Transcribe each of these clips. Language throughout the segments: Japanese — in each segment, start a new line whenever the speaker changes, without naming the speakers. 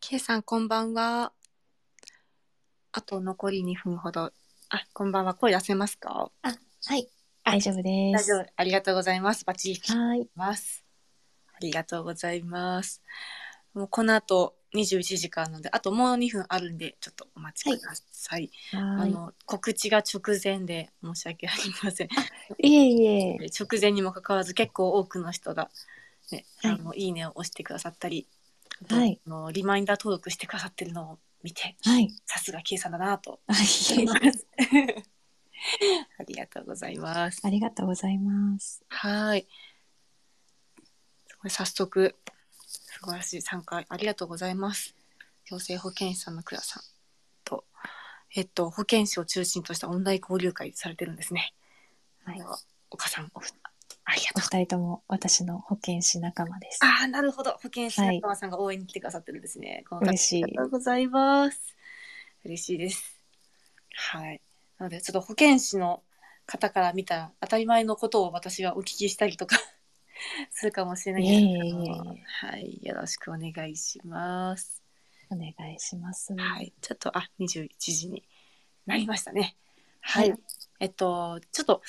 K さん、こんばんは。あと残り2分ほど。あ、こんばんは。声出せますか
はい。大丈夫で
大
す。
丈夫。ありがとうございます。バッチリ聞き
はい。
ます。ありがとうございます。もうこの後21時からなので、あともう2分あるんで、ちょっとお待ちください。
は
あの、告知が直前で申し訳ありません。
い。いえいえ。
直前にもかかわらず結構多くの人が、ね
はい
あのいいねを押してくださったり、
はい
あのリマインダー登録してくださってるのを見て
はい。
さすが K さんだなと
あいえいえ
ありがとうございます
ありがとうございます。
はいすごい早速素晴らしい参加ありがとうございます行政保健師さんの倉さんとえっと保健師を中心としたオンライン交流会されてるんですね
はい。
岡さんおありがとう
お二人とも私の保健師仲間です。
ああ、なるほど。保健師
はい
中川さんが応援に来てくださってるんですね。この方
嬉しい
ありがとうございます。嬉しいです。はい。なので、ちょっと保健師の方から見た当たり前のことを私はお聞きしたりとか するかもしれない
い
で
え
すけ
いえいえ
ど
いえ。
はい。よろしくお願いします。
お願いします。
は
はい。
い。ちょっと、あ、21時になりましたね。はい。えっと、ちょっと、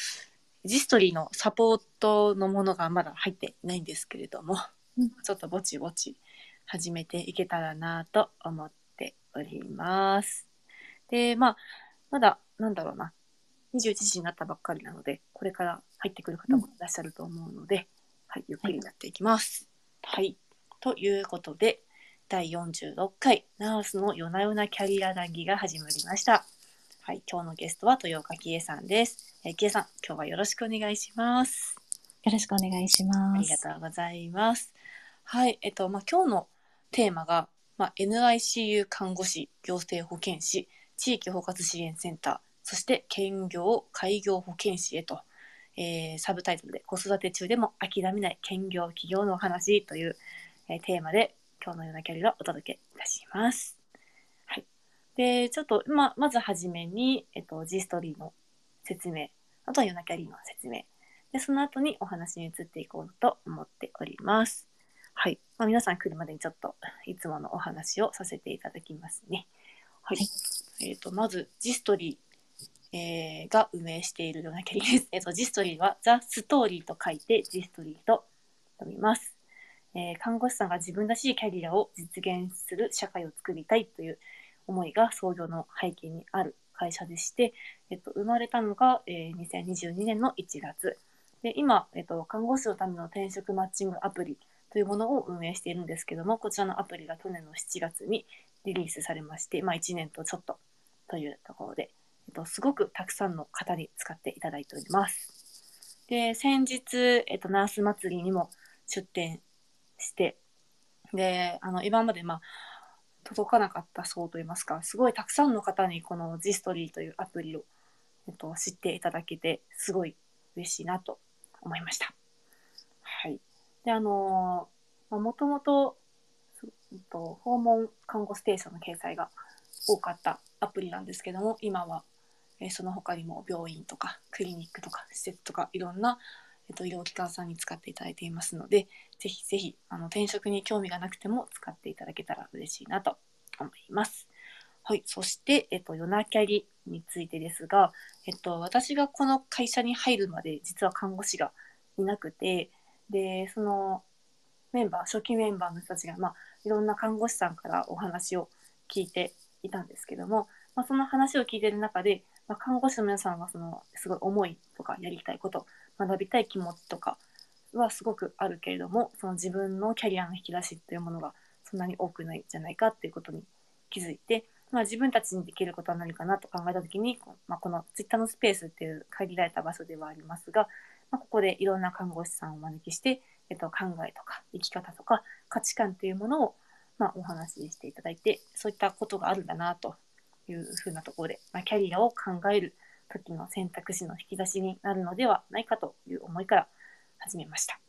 ジストリーのサポートのものがまだ入っていないんですけれども、
うん
ちょっとぼちぼち始めていけたらなと思っております。で、まあ、まだ、なんだろうな、21時になったばっかりなので、これから入ってくる方もいらっしゃると思うので、はい、ゆっくりやっていきます。はい。ということで、第46回ナースの夜な夜なキャリア談義が始まりました。はい、今日のゲストは豊岡喜恵さんです。えー、喜恵さん、今日はよろしくお願いします。
よろしくお願いし
あ
ま
り
す。
がとうございます。はい、えっと、まあ、今日のテーマが、まあ、NICU 看護師、行政保健師、地域包括支援センター、そして兼業、開業保健師へと、えーサブタイトルで子育て中でも諦めない兼業企業のお話という、えーテーマで今日のようなキャリアをお届けいたします。はい。で、ちょっと、まあ、まずはじめに、えっと、G ストリーの説明、あとは夜なキャリーの説明、で、その後にお話に移っていこうと思っております。はい。まあ、皆さん来るまでにちょっといつものお話をさせていただきますね。はい。
はい
えっ、と、まず、ジストリー、えーが運営しているようなキャリアです。えっ、 と、ジストリーはザ・ストーリーと書いてジストリーと読みます。えー看護師さんが自分らしいキャリアを実現する社会を作りたいという思いが創業の背景にある会社でして、えっと、生まれたのが、えー2022年の1月。で今、えっと、看護師のための転職マッチングアプリというものを運営しているんですけどもこちらのアプリが去年の7月にリリースされまして、まあ、1年とちょっとというところで、えっと、すごくたくさんの方に使っていただいております。で先日、えっと、ナース祭りにも出展してであの今まで、まあ、届かなかったそうといいますかすごいたくさんの方にこの G ストリーというアプリを、えっと、知っていただけてすごい嬉しいなと思いました。はい。で、あのーまあ、もともと、すうんと訪問看護ステーションの掲載が多かったアプリなんですけども、今は、えーその他にも病院とかクリニックとか施設とかいろんな、えっと医療機関さんに使っていただいていますので、ぜひぜひあの転職に興味がなくても使っていただけたら嬉しいなと思います。はい。そして、えっと、夜なキャリについてですが、えっと、私がこの会社に入るまで、実は看護師がいなくてでそのメンバー初期メンバーの人たちが、まあ、いろんな看護師さんからお話を聞いていたんですけども、まあ、その話を聞いてる中で、まあ、看護師の皆さんはそのすごい思いとかやりたいこと学びたい気持ちとかはすごくあるけれどもその自分のキャリアの引き出しというものがそんなに多くないんじゃないかっていうことに気づいて、まあ、自分たちにできることは何かなと考えた時に、こうまあ、このツイッターのスペースっていう限られた場所ではありますがまあ、ここでいろんな看護師さんをお招きして、えっと、考えとか生き方とか価値観というものを、まあ、お話ししていただいてそういったことがあるんだなというふうなところで、まあ、キャリアを考える時の選択肢の引き出しになるのではないかという思いから始めました。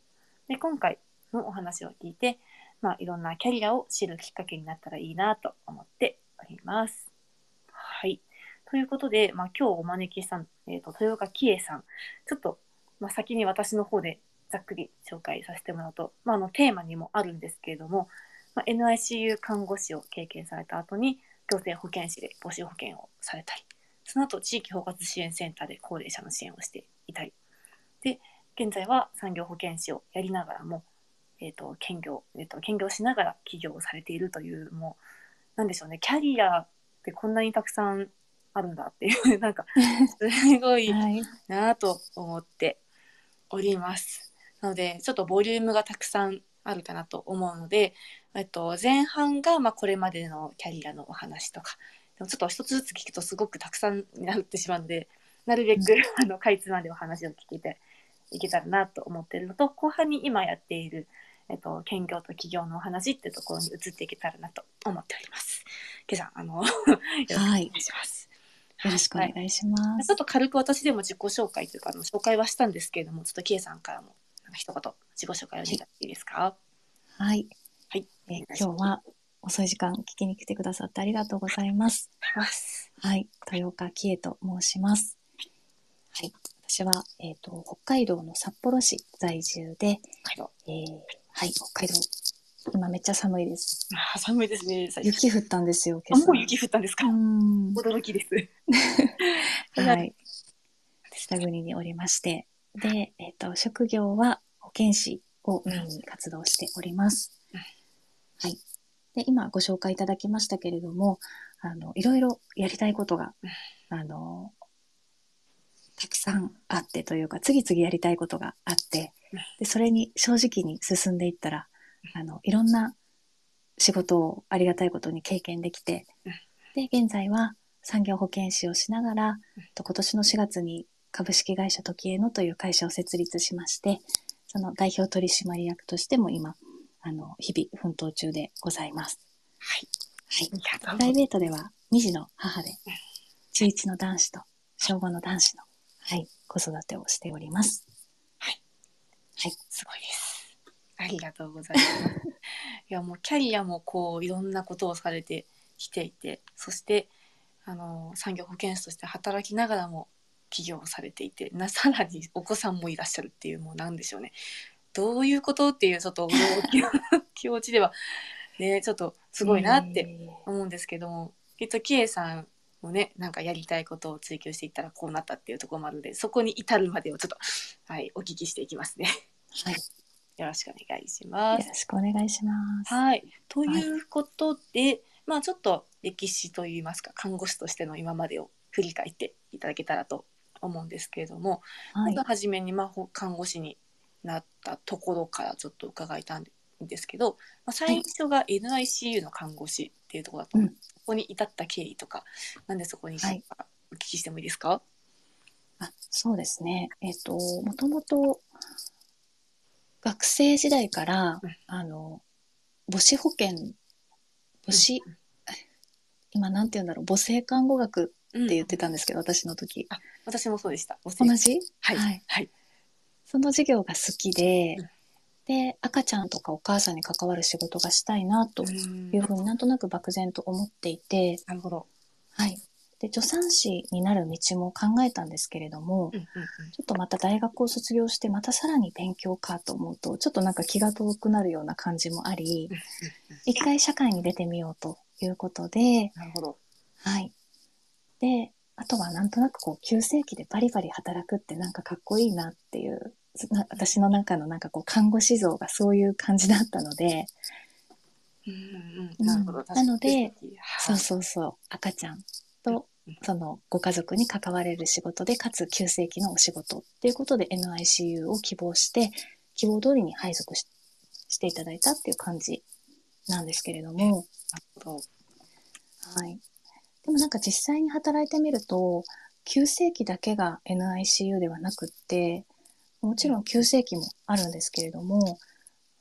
で今回のお話を聞いて、まあ、いろんなキャリアを知るきっかけになったらいいなと思っております。はい。ということで、まあ、今日お招きした、えっと豊岡喜恵さん、ちょっとまあ、先に私の方でざっくり紹介させてもらうと、まあ、あのテーマにもあるんですけれども、まあ、NICU 看護師を経験された後に行政保健師で母子保健をされたりその後地域包括支援センターで高齢者の支援をしていたりで現在は産業保健師をやりながらも、えー、と兼業、えー、と兼業しながら起業をされているというもうなんでしょうねキャリアってこんなにたくさんあるんだっていうなんかすごい
はい。
なぁと思っております。なのでちょっとボリュームがたくさんあるかなと思うので、えっと、前半がまあこれまでのキャリアのお話とかでもちょっと一つずつ聞くとすごくたくさんになってしまうのでなるべく、 あのかいつまんでお話を聞いていけたらなと思っているのと後半に今やっている、えっと、兼業と企業のお話っていうところに移っていけたらなと思っております。けさんあのよろしくお願いします。
よろしくお願いしま
ちょ
す。
っと軽く私でも自己紹介というかあの紹介はしたんですけれどもちょっとキエさんからもなんか一言自己紹介をしていただいていいですか
はい。
はい
えー今日は遅い時間聞きに来てくださってありがとうございます。
ます
はい、豊岡紀恵と申します。はい、私は、えっ、と、北海道の札幌市在住で、
はいどう
えーはい、北海道、今めっちゃ寒いです。
あー寒いですね最近
雪降ったんですよ、
あ
今朝。
もう雪降ったんですか
うーん。
驚きです
は、い。北国におりまして、で、えっ、と、職業は保健師をメインに活動しております
うん。
はい。で、今ご紹介いただきましたけれども、あの、いろいろやりたいことが
うん、
あの、たくさんあってというか、次々やりたいことがあって
うん、
で、それに正直に進んでいったら、あの、いろんな仕事をありがたいことに経験できて
うん、
で、現在は産業保健師をしながら、と今年の4月に株式会社時計のという会社を設立しましてその代表取締役としても今あの日々奮闘中でございます、
はい
はい、
ありがとう
プライベートでは2児の母で中1の男子と小5の男子の、はい、子育てをしております
すごいですありがとうございますいやもうキャリアもこういろんなことをされてきていてそしてあの産業保健師として働きながらも起業をされていてなさらにお子さんもいらっしゃるっていうもうなんでしょうねどういうことっていうちょっと驚きの気持ちではねちょっとすごいなって思うんですけども、きっとキエさんもねなんかやりたいことを追求していったらこうなったっていうところもあるのでそこに至るまでをちょっとはいお聞きしていきますね。
はい、
よろしくお願いし
よ
ます。
ろしくお願いします
はい、ということで、まあちょっと歴史といいますか看護師としての今までを振り返っていただけたらと思うんですけれども、
はい
まずはじめに、まあ、ほ看護師になったところからちょっと伺いたんですけど、まあ、最初が NICU の看護師っていうところだと、
うん
ここに至った経緯とかなんでそこにしたのかお聞きしてもいいですか、
あそうですね。えっ、と、もともと学生時代から
うん、
あの、母子保健、母子、今なんて言うんだろう、母性看護学って
うん
言ってたんですけど、私の時。
私もそうでした。同
同じ
はい、は
はいい、
はい、
その授業が好きで
うん、
で、赤ちゃんとかお母さんに関わる仕事がしたいなというふうになんとなく漠然と思っていて、
なるほど。
はい。で、助産師になる道も考えたんですけれども、
うんうんうん
ちょっとまた大学を卒業してまたさらに勉強かと思うとちょっとなんか気が遠くなるような感じもあり
うんうん
一回社会に出てみようということで、
なるほど。
はい、であとはなんとなくこう急性期でバリバリ働くってなんかかっこいいなっていうそな私の中のなんかこう看護師像がそういう感じだったので
うんう、
うんん
なるほど。確かに
なので、そう
そ
そうそう赤ちゃんとそのご家族に関われる仕事でかつ急性期のお仕事っていうことで NICU を希望して希望通りに配属ししていただいたっていう感じなんですけれども、
う。
はい、でもなんか実際に働いてみると急性期だけが NICU ではなくってもちろん急性期もあるんですけれども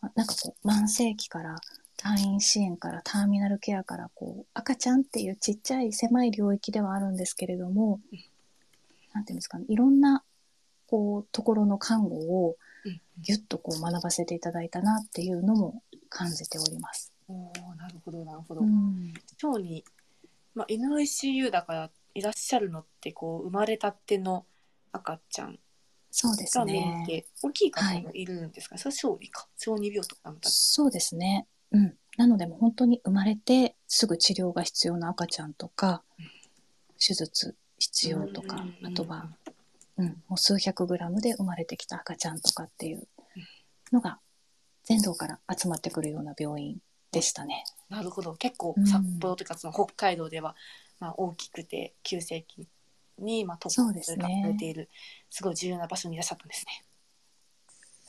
あなんかこう慢性期から退院支援からターミナルケアからこう赤ちゃんっていうちっちゃい狭い領域ではあるんですけれども
うん
なんていうんですかねいろんなこうところの看護を
うん
ぎゅっとこう学ばせていただいたなっていうのも感じております。
おーなるほど、なるほど。
うん
腸に、まあ、NICU だからいらっしゃるのって、こう、生まれたての赤ちゃん
そうです
が
ね
見えて、大きい方もいるんですか、それは小児か。小児病とかの方
そうですね。うん。なのでもう本当に生まれてすぐ治療が必要な赤ちゃんとか手術必要とか、あとは、うん、もう数百グラムで生まれてきた赤ちゃんとかっていうのが全道から集まってくるような病院でしたね。
なるほど結構
うん
札幌というかその北海道では、まあ、大きくて急性期に、まあ、特
そう
化
です
さ
ね
れているすごい重要な場所にいらっしゃったんですね。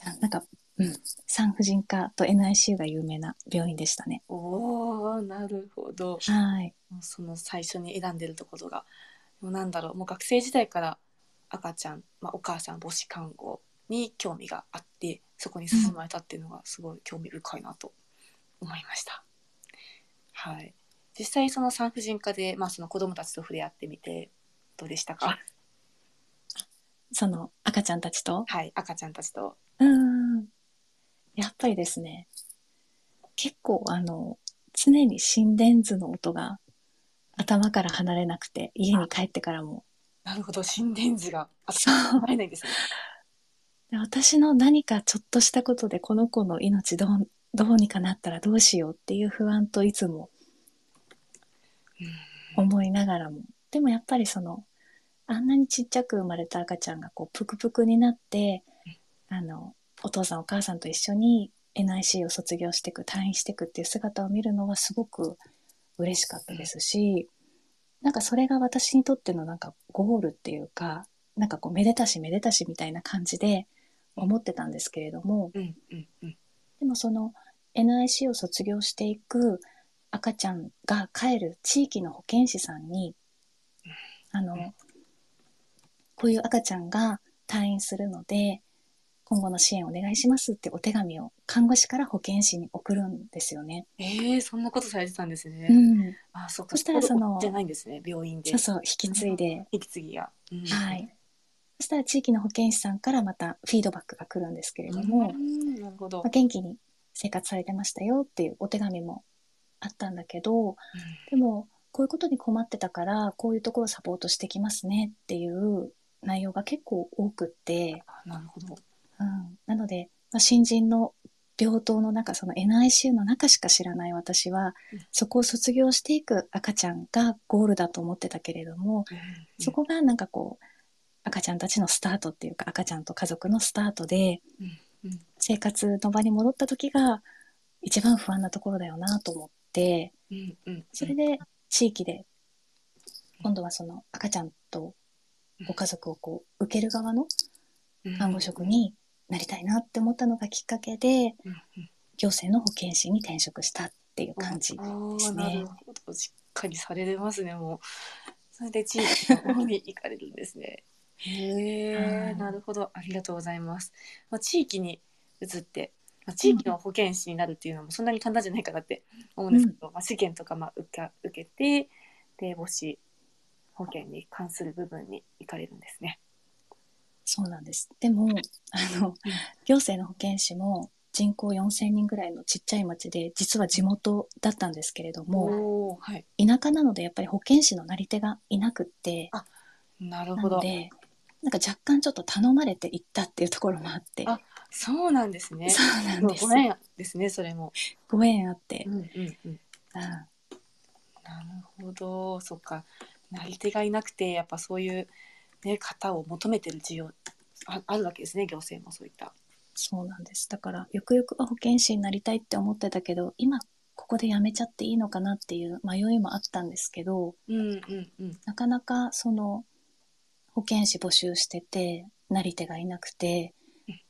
あなんか、うん、産婦人科と NICU が有名な病院でしたね。
おーなるほど
はい。
その最初に選んでるところがもうなんだろうもう学生時代から赤ちゃん、まあ、お母さん母子看護に興味があってそこに進まれたっていうのがすごい興味深いなと思いました。はい、実際その産婦人科で、まあ、その子どもたちと触れ合ってみてどうでしたか、
その赤ちゃんたちと。
はい、赤ちゃんたちと。
うん。やっぱりですね、結構あの、常に心電図の音が頭から離れなくて、家に帰ってからも。
なるほど心電図 が
そう
頭から離れないんですね。
で私の何かちょっとしたことでこの子の命どう、どうにかなったらどうしようっていう不安といつも思いながらも。でもやっぱりその、あんなにちっちゃく生まれた赤ちゃんがこう、ぷくぷくになって、あの、お父さんお母さんと一緒に NIC を卒業していく、退院していくっていう姿を見るのはすごく嬉しかったですし、なんかそれが私にとってのなんかゴールっていうか、なんかこう、めでたしめでたしみたいな感じで思ってたんですけれども、
うんうんうん
でもその NIC を卒業していく赤ちゃんが帰る地域の保健師さんに、あの、
うん
こういう赤ちゃんが退院するので、今後の支援お願いしますってお手紙を看護師から保健師に送るんですよね。
えー、そんなことされてたんですね。
うん、
あそっか
そしたらその
じゃないんですね病院で
そうそう引き継いで、
引き継ぎが。うん
はい。そしたら地域の保健師さんからまたフィードバックが来るんですけれど
う
も、
んなるほど
まあ、。元気に生活されてましたよっていうお手紙もあったんだけど、でもこういうことに困ってたからこういうところサポートしてきますねっていう内容が結構多くって、
あなるほど。
うん、なので、まあ、新人の病棟の中その NICU の中しか知らない私は
うん
そこを卒業していく赤ちゃんがゴールだと思ってたけれどもそこがなんかこう赤ちゃんたちのスタートっていうか赤ちゃんと家族のスタートで
うんうん
生活の場に戻った時が一番不安なところだよなと思って。
うんうん。
それで地域で今度はその赤ちゃんとご家族をこう受ける側の看護職になりたいなって思ったのがきっかけで
うんうん
行政の保健師に転職したっていう
うん
感じ
あー
ですね
なるほどしっかりされてますねもう。それで地域の方に行かれるんですね。へ
は
え
い
なるほどありがとうございます。まあ、地域に移って。まあ、地域の保健師になるっていうのもそんなに簡単じゃないかなって思うんですけど、まあ、試験とかまあ受か受けてで母子保健に関する部分に行かれるんですね。
そうなんですでもあの行政の保健師も人口4,000人ぐらいのちっちゃい町で実は地元だったんですけれども
おーはい
田舎なのでやっぱり保健師のなり手がいなくって
なる
な
ほ
の
ど。
でなんか若干ちょっと頼まれていったっていうところもあって
あそうなんですね。
そうなんです
ごめんですね、それも。
ご縁あって
う、んうんうん。
うん
なるほど、そっか。なり手がいなくて、やっぱそういう、ね、方を求めてる需要ああるわけですね、行政もそういった。
そうなんです。だから、ゆくゆくは保健師になりたいって思ってたけど、今、ここで辞めちゃっていいのかなっていう迷いもあったんですけど、
うんうんうん。
なかなか、その、保健師募集してて、なり手がいなくて、
うん
っ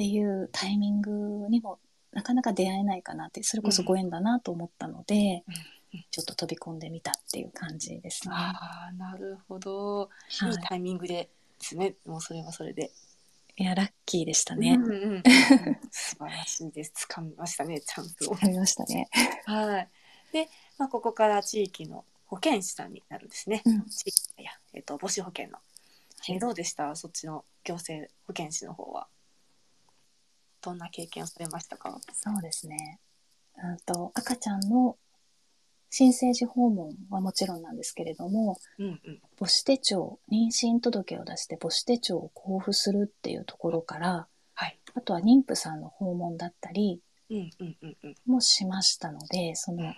ていうタイミングにも、なかなか出会えないかなって、それこそご縁だなと思ったので、
うん
ちょっと飛び込んでみたっていう感じですね。は
ああ、なるほど。いい
い。
タイミングで。ですね、もうそれはそれで。
いや、ラッキーでしたね
う。ん うん、素晴らしいです。掴みましたね、チャンスを
わ。かりましたね。
はい。で、まあ、ここから地域の保健師さんになるんですね。
うん
地域いや、えっ、と、母子保健の。えーどうでしたそっちの行政保健師の方は。どんな経験をされましたか
そうですね。うんと、赤ちゃんの新生児訪問はもちろんなんですけれども、
うんうん。
母子手帳、妊娠届を出して母子手帳を交付するっていうところから、
はい。
あとは妊婦さんの訪問だったり、
うんうんうんうん。
もしましたので、その、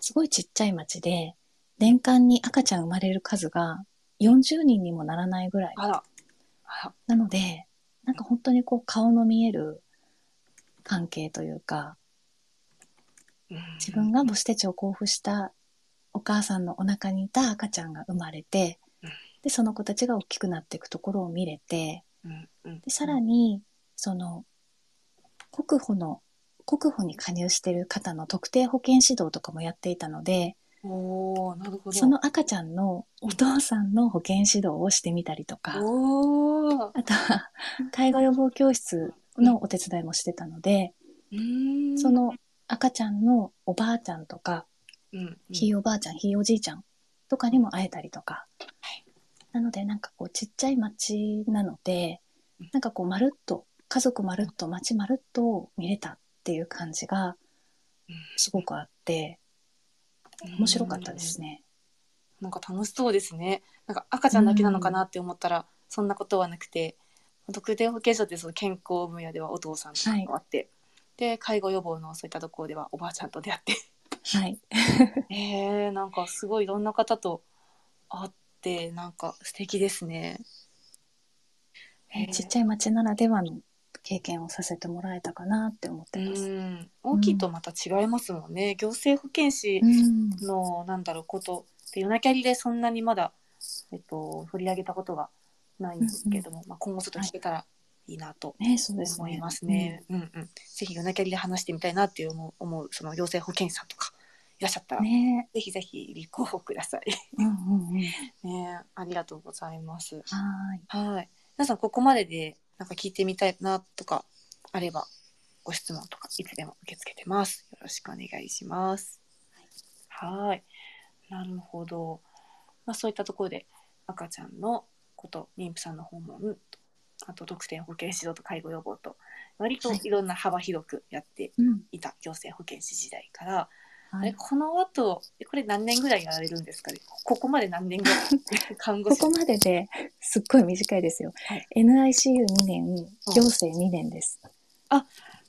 すごいちっちゃい町で、年間に赤ちゃん生まれる数が40人にもならないぐらい。
あら。あら。
なので、なんか本当にこう顔の見える関係というか、
うん
自分が母子手帳を交付したお母さんのお腹にいた赤ちゃんが生まれて
うん、
で、その子たちが大きくなっていくところを見れて、
うんうん。
で、さらに、その、国保の、国保に加入している方の特定保健指導とかもやっていたので、
おおなるほど。
その赤ちゃんのお父さんの保健指導をしてみたりとか、
おお。
あとは、介護予防教室のお手伝いもしてたので、
うん。
その赤ちゃんのおばあちゃんとか、
うんうん。
ひいおばあちゃん、ひいおじいちゃんとかにも会えたりとか
はい。
なので、なんかこう、ちっちゃい町なので
うん、
なんかこう、まるっと、家族まるっと、町まるっと見れたっていう感じが
うん
すごくあって、面白かったです
ね。
ね。
なんか楽しそうですね。なんか赤ちゃんだけなのかなって思ったら、そんなことはなくて、特定保健所ってその健康分野ではお父さんとかもあって、で介護予防のそういったところではおばあちゃんと出会って、
はい。
えー、なんかすごいいろんな方と会ってなんか素敵ですね。へー
ちっちゃい町ならではの経験をさせてもらえたかなって思っ
う
てます。
ん、大きいとまた違いますもんね。行政保健師
うん
のなんだろうことで夜なきゃりでそんなにまだ、えっと、取り上げたことがないんですけれども、まあ、今後ちょっと聞けたらいいなと
ね、そうですね。
思いますね。うんうんぜひ夜なきゃりで話してみたいなっていう思う思うその行政保健師さんとかいらっしゃった
う
ら、
ん。ね、
ぜひぜひ立候補ください。
うんうんうん。
ねありがとうございます。
はーい。
はい。皆さんここまででなんか聞いてみたいなとかあればご質問とかいつでも受け付けてます。よろしくお願いします。はい。なるほど。まあそういったところで赤ちゃんのこと、妊婦さんの訪問、あと特定保健指導と介護予防と割といろんな幅広くやって
うん。
いた行政保健師時代から、あ
は
れ
い、
この後えこれ何年ぐらいやられるんですかね。ここまで何 年ぐらい看護
こ
師
こまでですっごい短いですよ。
はい
NICU2 年、行政2年です。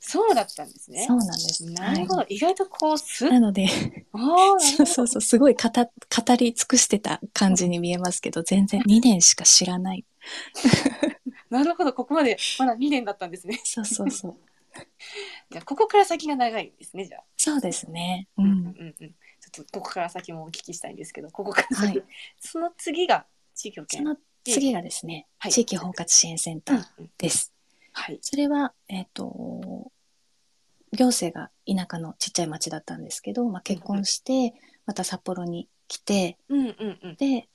そうだったんですね。
そうなんです。
なるほど、
は
意外とこうすっ
い、なので、
あーなる
そうそうそう、すごい語語り尽くしてた感じに見えますけど、全然2年しか知らない。
なるほどここまでまだ2年だったんですね
そうそうそう。
じゃあここから先が長いんですねじゃあ、
そうですね。う
うんうん
ん。
うん、ちょっとここから先もお聞きしたいんですけどここから
は
先、
い。
その次が地域保
そ
健
の次がですね、
はい
地域包括支援センタ
うんう
ー
ん
です。
はい
それは、えっ、と、行政が田舎のちっちゃい町だったんですけど、まあ、結婚して、また札幌に来て、
うんうんうん
で、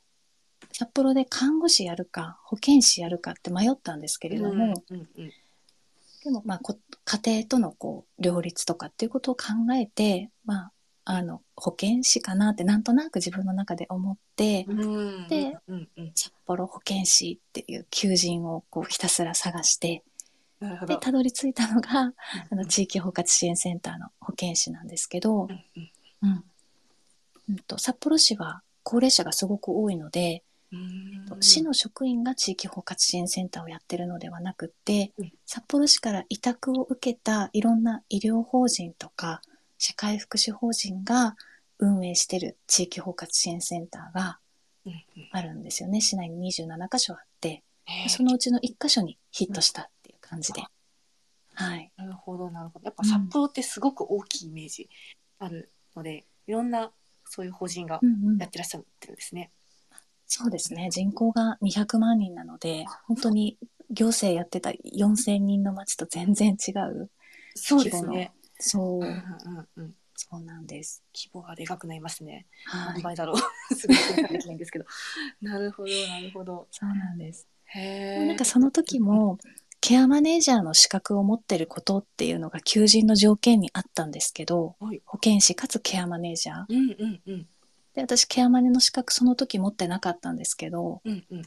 札幌で看護師やるか、保健師やるかって迷ったんですけれども、
うんうんうん
でも、まあこ、家庭とのこう、両立とかっていうことを考えて、まあ、あの、保健師かなってなんとなく自分の中で思って、
うん
で
うんうん、
札幌保健師っていう求人をこうひたすら探して、
なるほ
で、
ど。
たどり着いたのが、あ
うんう
の
ん
地域包括支援センターの保健師なんですけど
う、んうん
うんうんと、札幌市は高齢者がすごく多いので、
うん
市の職員が地域包括支援センターをやってるのではなくって
うん、
札幌市から委託を受けたいろんな医療法人とか社会福祉法人が運営してる地域包括支援センターが
うんうん
あるんですよね。市内に27箇所あって、
へー
そのうちの1箇所にヒットしたっていう感じで。はい。
なるほどなるほどやっぱ札幌ってすごく大きいイメージあるので、いろんなそういう法人が
うんうん
やっ、てらっしゃるんですね。
そうですね。人口が200万人なので、本当に行政やってた4000人の町と全然違う。
そうですね。う。
そう
んうんうん、
そうなんです。
規模がでかくなりますね。
は
何
い。
倍だろう。 すぐ計算できないんですけど。 なるほど、なるほど。
そうなんです。
へ
で
え。
もなんかその時も、ケアマネージャーの資格を持ってることっていうのが求人の条件にあったんですけど、
はい
保健師かつケアマネージャー。
うんうんうん
で、私ケアマネの資格その時持ってなかったんですけど、
うんうん。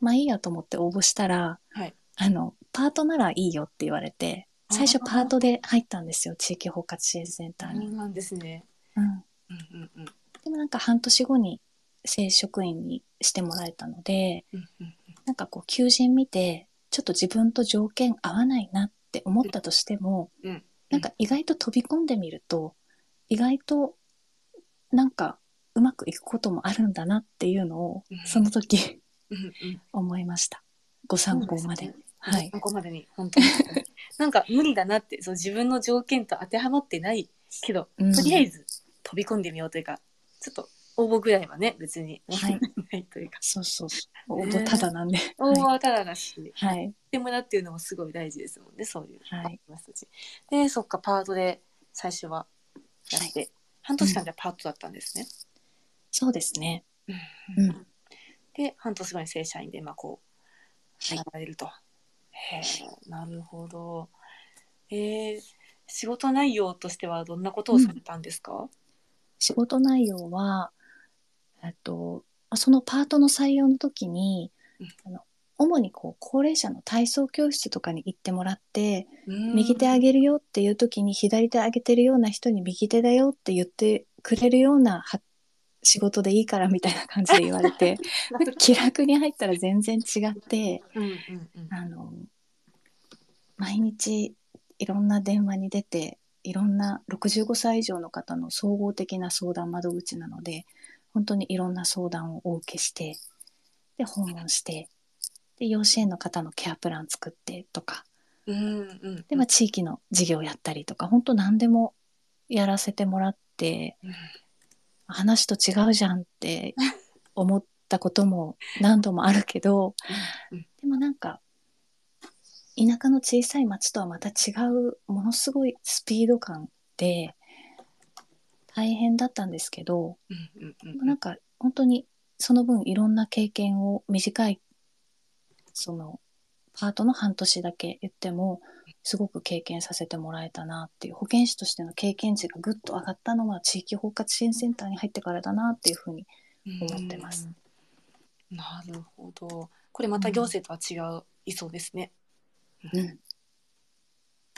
まあいいやと思って応募したら、
はい
あの、パートならいいよって言われて、最初パートで入ったんですよ、地域包括支援センター
そう
に。
なんですね。
うん
うんうんうん
でもなんか半年後に正職員にしてもらえたので、
うんうん。
なんかこう求人見て、ちょっと自分と条件合わないなって思ったとしても、
うん
なんか意外と飛び込んでみると、意外となんかうまくいくこともあるんだなっていうのを
うん、
その時
うんうん
思いました。ご参考まで。
そうすね
はい
参考までに本当に なんか無理だなってそう自分の条件と当てはまってないけど、
うん
とりあえず飛び込んでみようというかちょっと応募ぐらいはね別に
はい
ないというか
そうそうそう。
ね
応募ただなんで。
応募
は
はただだし、
い。はい。
でもらうっていうのもすごい大事ですもんねそういう
はい
人たちでそっかパートで最初はやって、半年間じゃパートだったんですね、
そうですね。
うん
うん
で半年後に正社員でまあこう
はい
やられると、へえなるほどえー、仕事内容としてはどんなことをされたんですか、
仕事内容は、えっと、そのパートの採用の時に
うん、
あの主にこう高齢者の体操教室とかに行ってもらって、
うん
右手上げるよっていう時に左手上げてるような人に右手だよって言ってくれるようなは仕事でいいからみたいな感じで言わ れてなんか気楽に入ったら全然違って
うんうんうん
あの毎日いろんな電話に出ていろんな65歳以上の方の総合的な相談窓口なので本当にいろんな相談をお受けしてで訪問してで幼稚園の方のケアプラン作ってとか
うんうん
で、まあ、地域の事業やったりとか本当何でもやらせてもらって
うん
話と違うじゃんって思ったことも何度もあるけど
うん
でもなんか田舎の小さい町とはまた違うものすごいスピード感で大変だったんですけど
うんうん
で
う
もなんか本当にその分いろんな経験を短いそのパートの半年だけ言ってもすごく経験させてもらえたなっていう保健師としての経験値がぐっと上がったのは地域包括支援センターに入ってからだなっていうふうに
ん
思ってます
うんなるほどこれまた行政とは違ういそうですね、
うん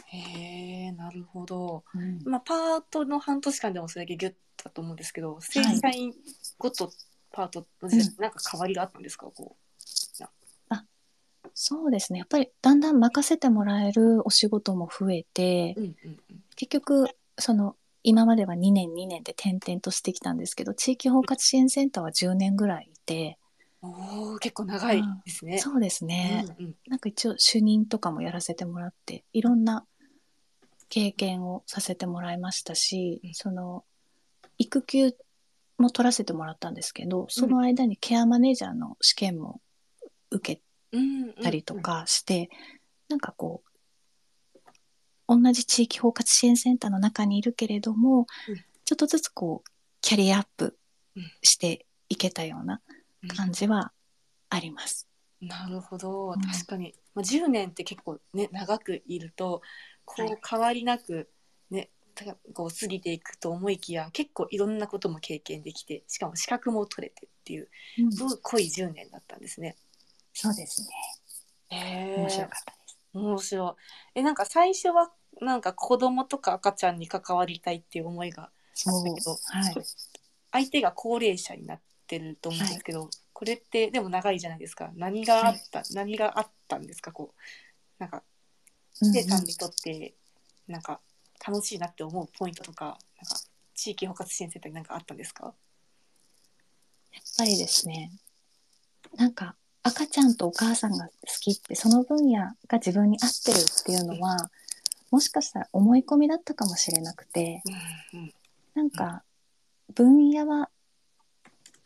へえなるほど
うん
まあ、パートの半年間でもそれだけギュッだと思うんですけど正社員ごとパートの時代、
う
なんか変わりがあったんですかこ
そうですねやっぱりだんだん任せてもらえるお仕事も増えて
う。うんうんうん
結局その今までは2年2年で転々としてきたんですけど地域包括支援センターは10年ぐらいいて、
おお結構長いですね。
そうですね、
うんうん
なんか一応主任とかもやらせてもらっていろんな経験をさせてもらいましたし、
うん
その育休も取らせてもらったんですけどその間にケアマネージャーの試験も受け
うんうん
たりと。かして、なんかこう同じ地域包括支援センターの中にいるけれども、
うん
ちょっとずつこうキャリアアップ
うん
していけたような
うん
感じはあります。
なるほど
うん
確かに、まあ、10年って結構ね長くいると
は
こ
いう
変わりなくねたこう過ぎていくと思いきや結構いろんなことも経験できてしかも資格も取れてっていう
うん
すごい濃い10年だったんですね。
そうですね
へ
面白かったです。
面白いえなんか最初はなんか子供とか赤ちゃんに関わりたいっていう思いが
そう
だけど
はい
相手が高齢者になってると思うんですけど、これってでも長いじゃないですか何があった、何があったんですかこうなんか
うん
生さんにとってなんか楽しいなって思うポイントとかなんか地域包括支援センターに何かあったんですか、
やっぱりですねなんか赤ちゃんとお母さんが好きってその分野が自分に合ってるっていうのはもしかしたら思い込みだったかもしれなくて
うんうん
なんか分野は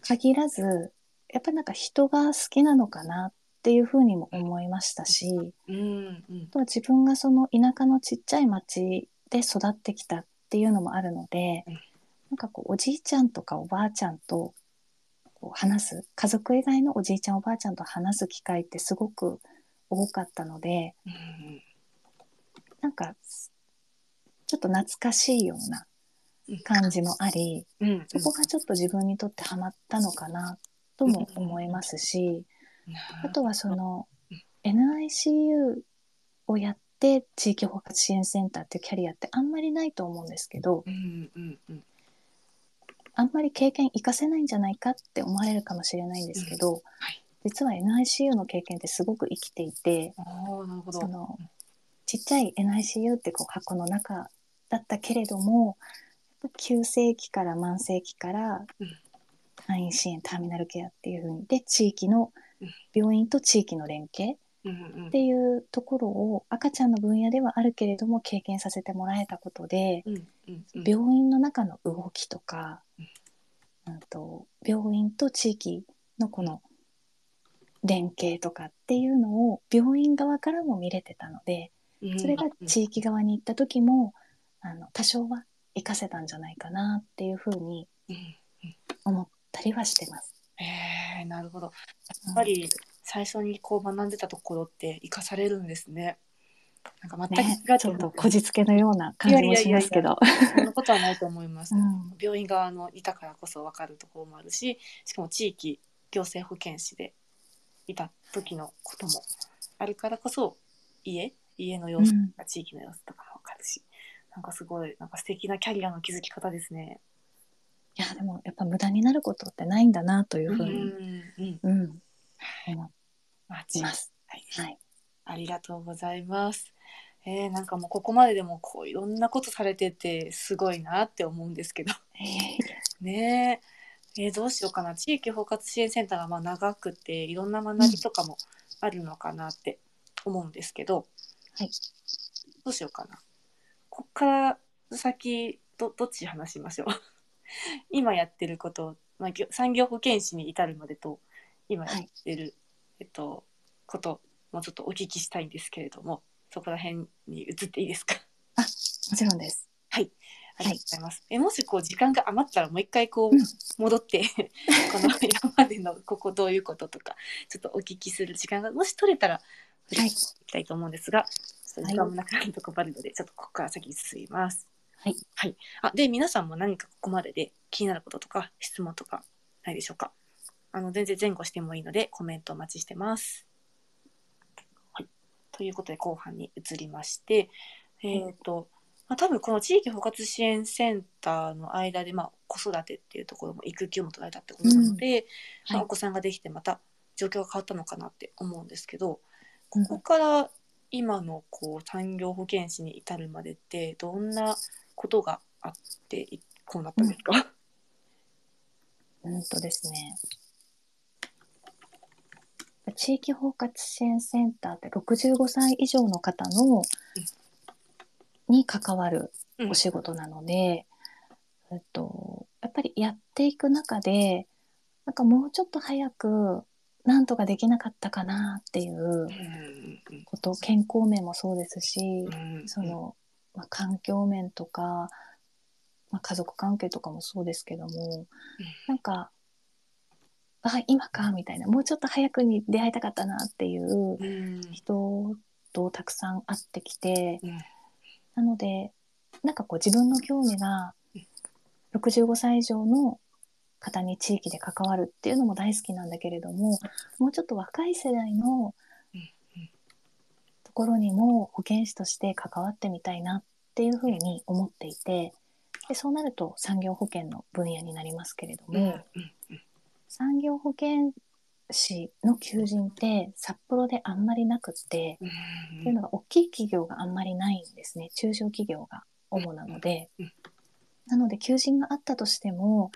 限らずやっぱりなんか人が好きなのかなっていうふうにも思いましたし
うんうん
あとは自分がその田舎のちっちゃい町で育ってきたっていうのもあるので
うん
なんかこうおじいちゃんとかおばあちゃんとこう話す家族以外のおじいちゃんおばあちゃんと話す機会ってすごく多かったので
うん
なんかちょっと懐かしいような感じもあり
うんうん
そこがちょっと自分にとってハマったのかなとも思いますしあとはその NICU をやって地域包括支援センターっていうキャリアってあんまりないと思うんですけど
うんうんうん
あんまり経験活かせないんじゃないかって思われるかもしれないんですけど、
はい
実は NICU の経験ってすごく生きていて
ああなるほど
そのちっちゃい NICU ってこう箱の中だったけれどもやっぱ急性期から慢性期から
うん
退院支援ターミナルケアっていうふうにで地域の
うん
病院と地域の連携
うん
っていうところを赤ちゃんの分野ではあるけれども経験させてもらえたことで
うんうんうん
病院の中の動きとか
うん、
うん、と病院と地域のこの連携とかっていうのを病院側からも見れてたのでそれが地域側に行った時もあの多少は活かせたんじゃないかなっていうふうに
うんうん
思ったりはしてます。
えー、なるほど。やっぱり最初にこう学んでたところって生かされるんですね。なんか全
ね
く違、
ちょっ
う
とこじつけのような感じもしますけど。
そんなことはないと思います。
うん
病院側のいたからこそ分かるところもあるし、しかも地域行政保健師でいた時のこともあるからこそ家家の様子とか地域の様子とかも分かるし、なんかすごいなんか素敵なキャリアの築き方ですね。
いやでもやっぱ無駄になることってないんだなという
うんう
ふうに、
ん。
うん思
まあ
います。
はい。
はい、
ありがとうございます。えー、なんかもうここまででもこういろんなことされててすごいなって思うんですけどねええーどうしようかな地域包括支援センターがまあ長くていろんな学びとかもあるのかなって思うんですけど、
はい、
どうしようかなこっから先どどっち話しましょう 今やってること、まあ、ぎょ産業保健師に至るまでと今やってる、えっと、こともうちょっとお聞きしたいんですけれどもそこら辺に移っていいですか
もちろんです。
ありがとうございます、えもしこう時間が余ったらもう一回こう
うん
戻って この今までのここどういうこととかちょっとお聞きする時間がもし取れたら振り返っていきたいと思うんですが、ちょっと時間もなくなると困るのでちょっとここから先に進みます。
はい、
はい、あで皆さんも何かここまでで気になることとか質問とかないでしょうかあの全然前後してもいいのでコメントお待ちしてます。はい、ということで後半に移りまして、えっとまあ、多分この地域包括支援センターの間で、まあ、子育てっていうところも育休も取られたってことなので、
うん
まあ
はい
お子さんができてまた状況が変わったのかなって思うんですけど
う
こ
ん
こから今のこう産業保健師に至るまでってどんなことがあっていこうなったんですか、
うんとですね。地域包括支援センターって65歳以上の方のに関わるお仕事なので、えっと、やっぱりやっていく中でなんかもうちょっと早くなんとかできなかったかなっていう
うん
こと健康面もそうですし
うん
その、まあ、環境面とか、まあ、家族関係とかもそうですけども、なんかあ今かみたいなもうちょっと早くに出会いたかったなっていう
うん
人とたくさん会ってきて
うん
なのでなんかこう自分の興味が65歳以上の方に地域で関わるっていうのも大好きなんだけれどももうちょっと若い世代の
うんうん
ところにも保健師として関わってみたいなっていうふうに思っていてでそうなると産業保険の分野になりますけれども、
うん
産業保険士の求人って札幌であんまりなくって、
うん
っていうのが大きい企業があんまりないんですね中小企業が主なので、
うん
なので求人があったとしても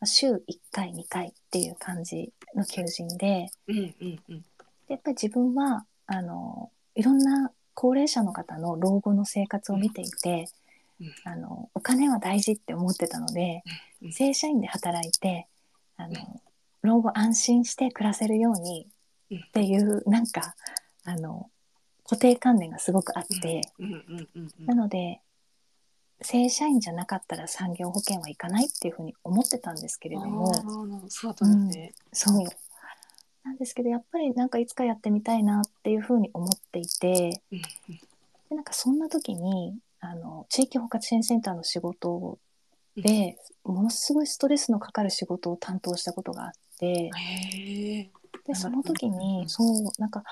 まあ週1回2回っていう感じの求人で
うんうんうん
でやっぱり自分はあのいろんな高齢者の方の老後の生活を見ていて、
うん
あのお金は大事って思ってたので、
うん
正社員で働いてあの老後安心して暮らせるように
うん
っていうなんかあの固定観念がすごくあって、
うんうんうんうん
なので正社員じゃなかったら産業保険はいかないっていうふうに思ってたんですけれども。
あーそうだったんですね。
そう。なんですけど、やっぱりなんかいつかやってみたいなっていうふうに思っていて、
うん
でなんかそんな時に、あの、地域包括支援センターの仕事で、ものすごいストレスのかかる仕事を担当したことがあって、
へえ。
で、その時
う
に、
ん
そう、なんか、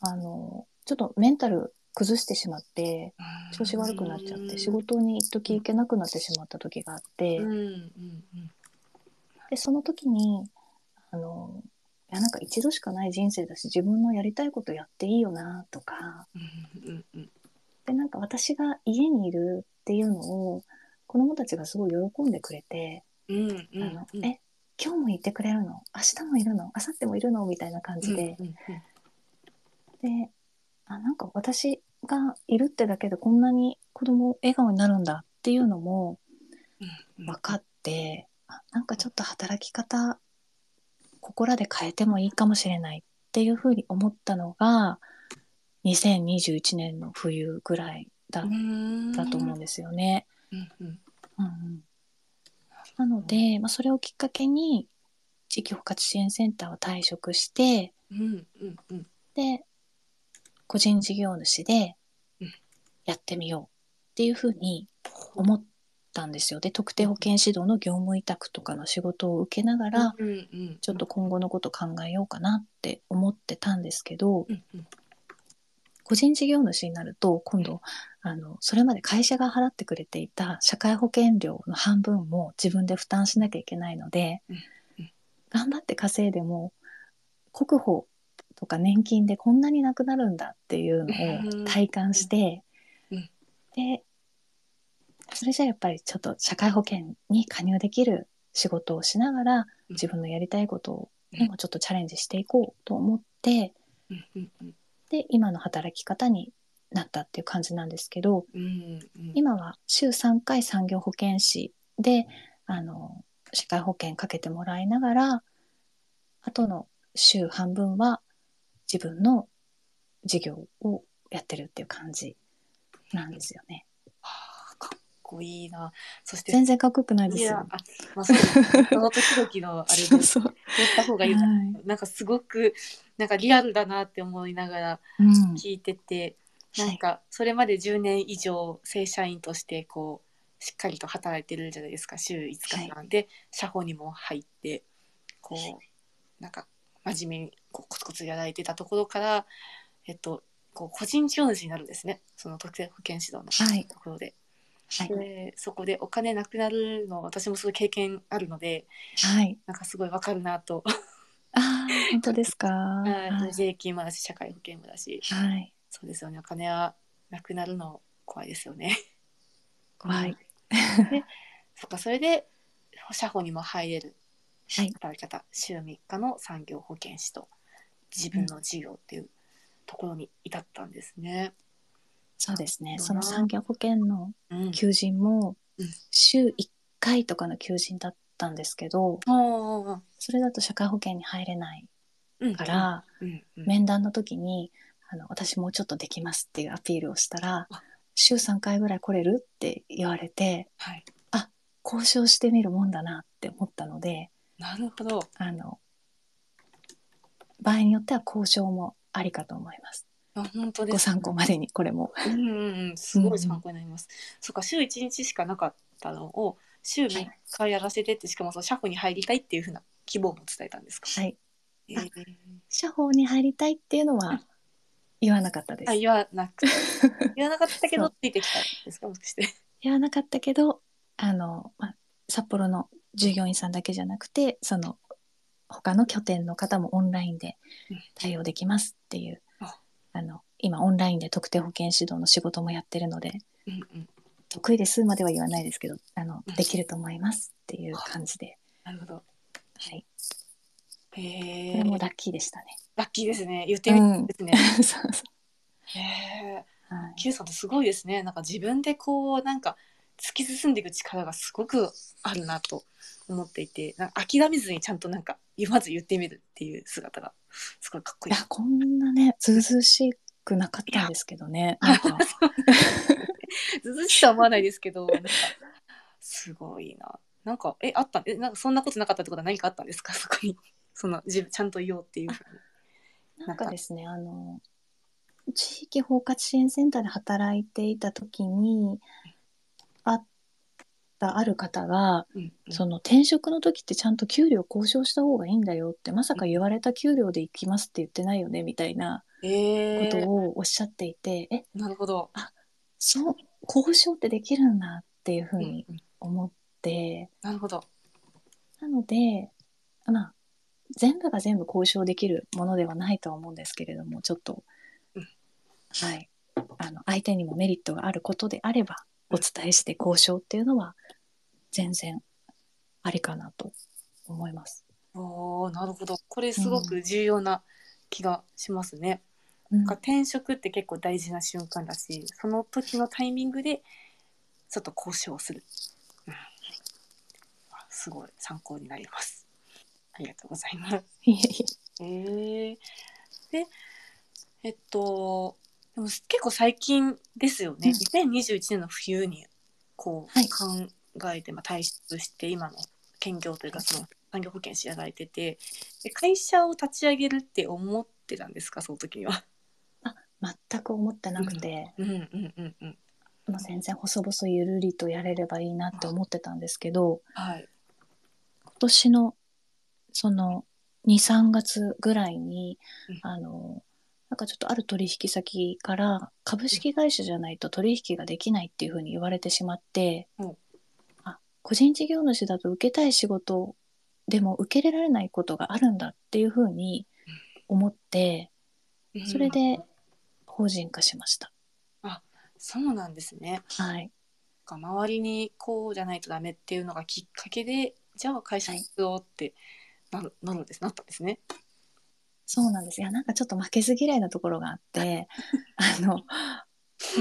あの、ちょっとメンタル崩してしまって、調子悪くなっちゃって、仕事に一時行けなくなってしまった時があって、
うんうんうん
でその時にあのいやなんか一度しかない人生だし自分のやりたいことやっていいよなとか
うんうんうん
でなんか私が家にいるっていうのを子どもたちがすごい喜んでくれて、
うん
あの
うん
え今日もいてくれるの明日もいるの明後日もいるのみたいな感じで、
うんうん
であなんか私がいるってだけでこんなに子供笑顔になるんだっていうのも
うん
分かって、あなんかちょっと働き方ここらで変えてもいいかもしれないっていうふうに思ったのが2021年の冬ぐらいだだと思うんですよね。
うんうん
うんうんなので、まあ、それをきっかけに地域包括支援センターを退職して
うんうんうん
で個人事業主で
うん
やってみようっていうふうに思ったんですよ。で特定保健指導の業務委託とかの仕事を受けながら、
うんうん
ちょっと今後のこと考えようかなって思ってたんですけど
うんうん
個人事業主になると今度あのそれまで会社が払ってくれていた社会保険料の半分も自分で負担しなきゃいけないので
うんうん
頑張って稼いでも国保とか年金でこんなになくなるんだっていうのを体感して
うん
でそれじゃやっぱりちょっと社会保険に加入できる仕事をしながら自分のやりたいことにもちょっとチャレンジしていこうと思って。
うんうんうん
で今の働き方になったっていう感じなんですけど
うんうん
今は週3回産業保健師であの社会保険かけてもらいながらあとの週半分は自分の事業をやってるっていう感じなんですよね。
はあかっこいいなそして
全然かっこよくないで
い
す
や
よ。
あまあそうだその時々のあれで
そ
言
うそう。は
った方がい
い。
いな
う
なんかすごくなんかリアルだなって思いながら
ん。
聞いてて、なんかそれまで10年以上正社員としてこうしっかりと働いてるじゃないですか週5日間で、社保にも入ってこ
はいう
なんか真面目にこうコツコツやられてたところから、えっと、こう個人事業主になるんですねその特定保険指導
はい
のところで,、
はい。
でそこでお金なくなるの私もすごい経験あるので
はい。
なんかすごいわかるなと、
ああ、本当です か。はい。
税金もだし社会保険もだし
はい。
そうですよねお金はなくなるの怖いですよね。
怖い。
そっかそれで社保にも入れる
はい。
働き方週3日の産業保健師と自分の事業っていうところに至ったんですね。
そうですね。
なる
そ
ほど
の
な
産業保険の
うん
求人も
うん
週1回とかの求人だったんですけど
おー
それだと社会保険に入れない
うん
から
うんうん
面談の時にあの「私もうちょっとできます」っていうアピールをしたら
あ
「週3回ぐらい来れる?」って言われて
はい、
交渉してみるもんだなって思ったので
なるほど。
あの場合によっては交渉もありかと思います。
あ本当で
ご
す。
参考までにこれも。
うんうんうんすごい参考になります。そっか週1日しかなかったのを週3日やらせてってしかもその社保に入りたいっていうふうな希望も伝えたんですか。
はい、
えー
社保に入りたいっていうのは言わなかったです
あ。言わな く言わなかったけ
そ
ど
う
ついてきたんですかもしかして。
やらなかったけどあの、まあ、札幌の従業員さんだけじゃなくてその他の拠点の方もオンラインで
うん
対応できますっていう、
あ
あの今オンラインで特定保健指導の仕事もやってるので
うんうん
得意ですまでは言わないですけどあの
うん
できると思いますっていう感じで、
なるほど。
はい、
へ
こ
え
れもラッキーでしたね。
ラッキーですね。言ってみたんですね。
そうそ
へえ。
うはい
キュウさんってすごいですね。なんか自分でこうなんか突き進んでいく力がすごくあるなと思っていて、なんか諦めずにちゃんとなんかまず言ってみるっていう姿がすごいかっこ
い
いい
や。こんなねずうずうしくなかったんですけどねなんか
ずずしいとは思わないですけ ど、なんかすごいな。なんかえあったえなんかそんなことなかったってことは何かあったんですか そこに。その自分ちゃんと言おうっていうふうに。
なんかですね、あの、地域包括支援センターで働いていた時に、あった、ある方が、
うんうん
その転職の時ってちゃんと給料交渉した方がいいんだよって、まさか言われた給料で行きますって言ってないよね、みたいなこ
え
と
え
をおっしゃっていて、え、
なるほど。
そう、交渉ってできるんだっていうふう
うん
に
うん
思って、
なるほど。
なので、まあ、全部が全部交渉できるものではないとは思うんですけれども、ちょっと
うん、
はい、あの相手にもメリットがあることであれば、お伝えして交渉っていうのは全然ありかなと思います。
おーなるほどこれすごく重要な気がしますね。
うん
なんか転職って結構大事な瞬間だしその時のタイミングでちょっと交渉する、うんあすごい参考になります。ありがとうございます。
いえいえ
えー、でえっとでも結構最近ですよね、2021年の冬にこう
はい
考えて、まあ、退出して今の兼業というかその産業保険支払えててで会社を立ち上げるって思ってたんですかその時には。
全く思ってなくて、
うんうんうんうん
まあ、全然細々ゆるりとやれればいいなって思ってたんですけど
はい
今年のその23月ぐらいに
うん
あのなんかちょっとある取引先から株式会社じゃないと取引ができないっていうふうに言われてしまって、
うん
あ個人事業主だと受けたい仕事でも受け入れられないことがあるんだっていうふうに思ってそ
う
れ
ん
で法人化しました。
そうなんですね
はい
なんか周りにこうじゃないとダメっていうのがきっかけでじゃあ会社必要ってなる,、なるんですなったんですね。
そうなんです。いや、なんかちょっと負けず嫌いなところがあ って、あの、ま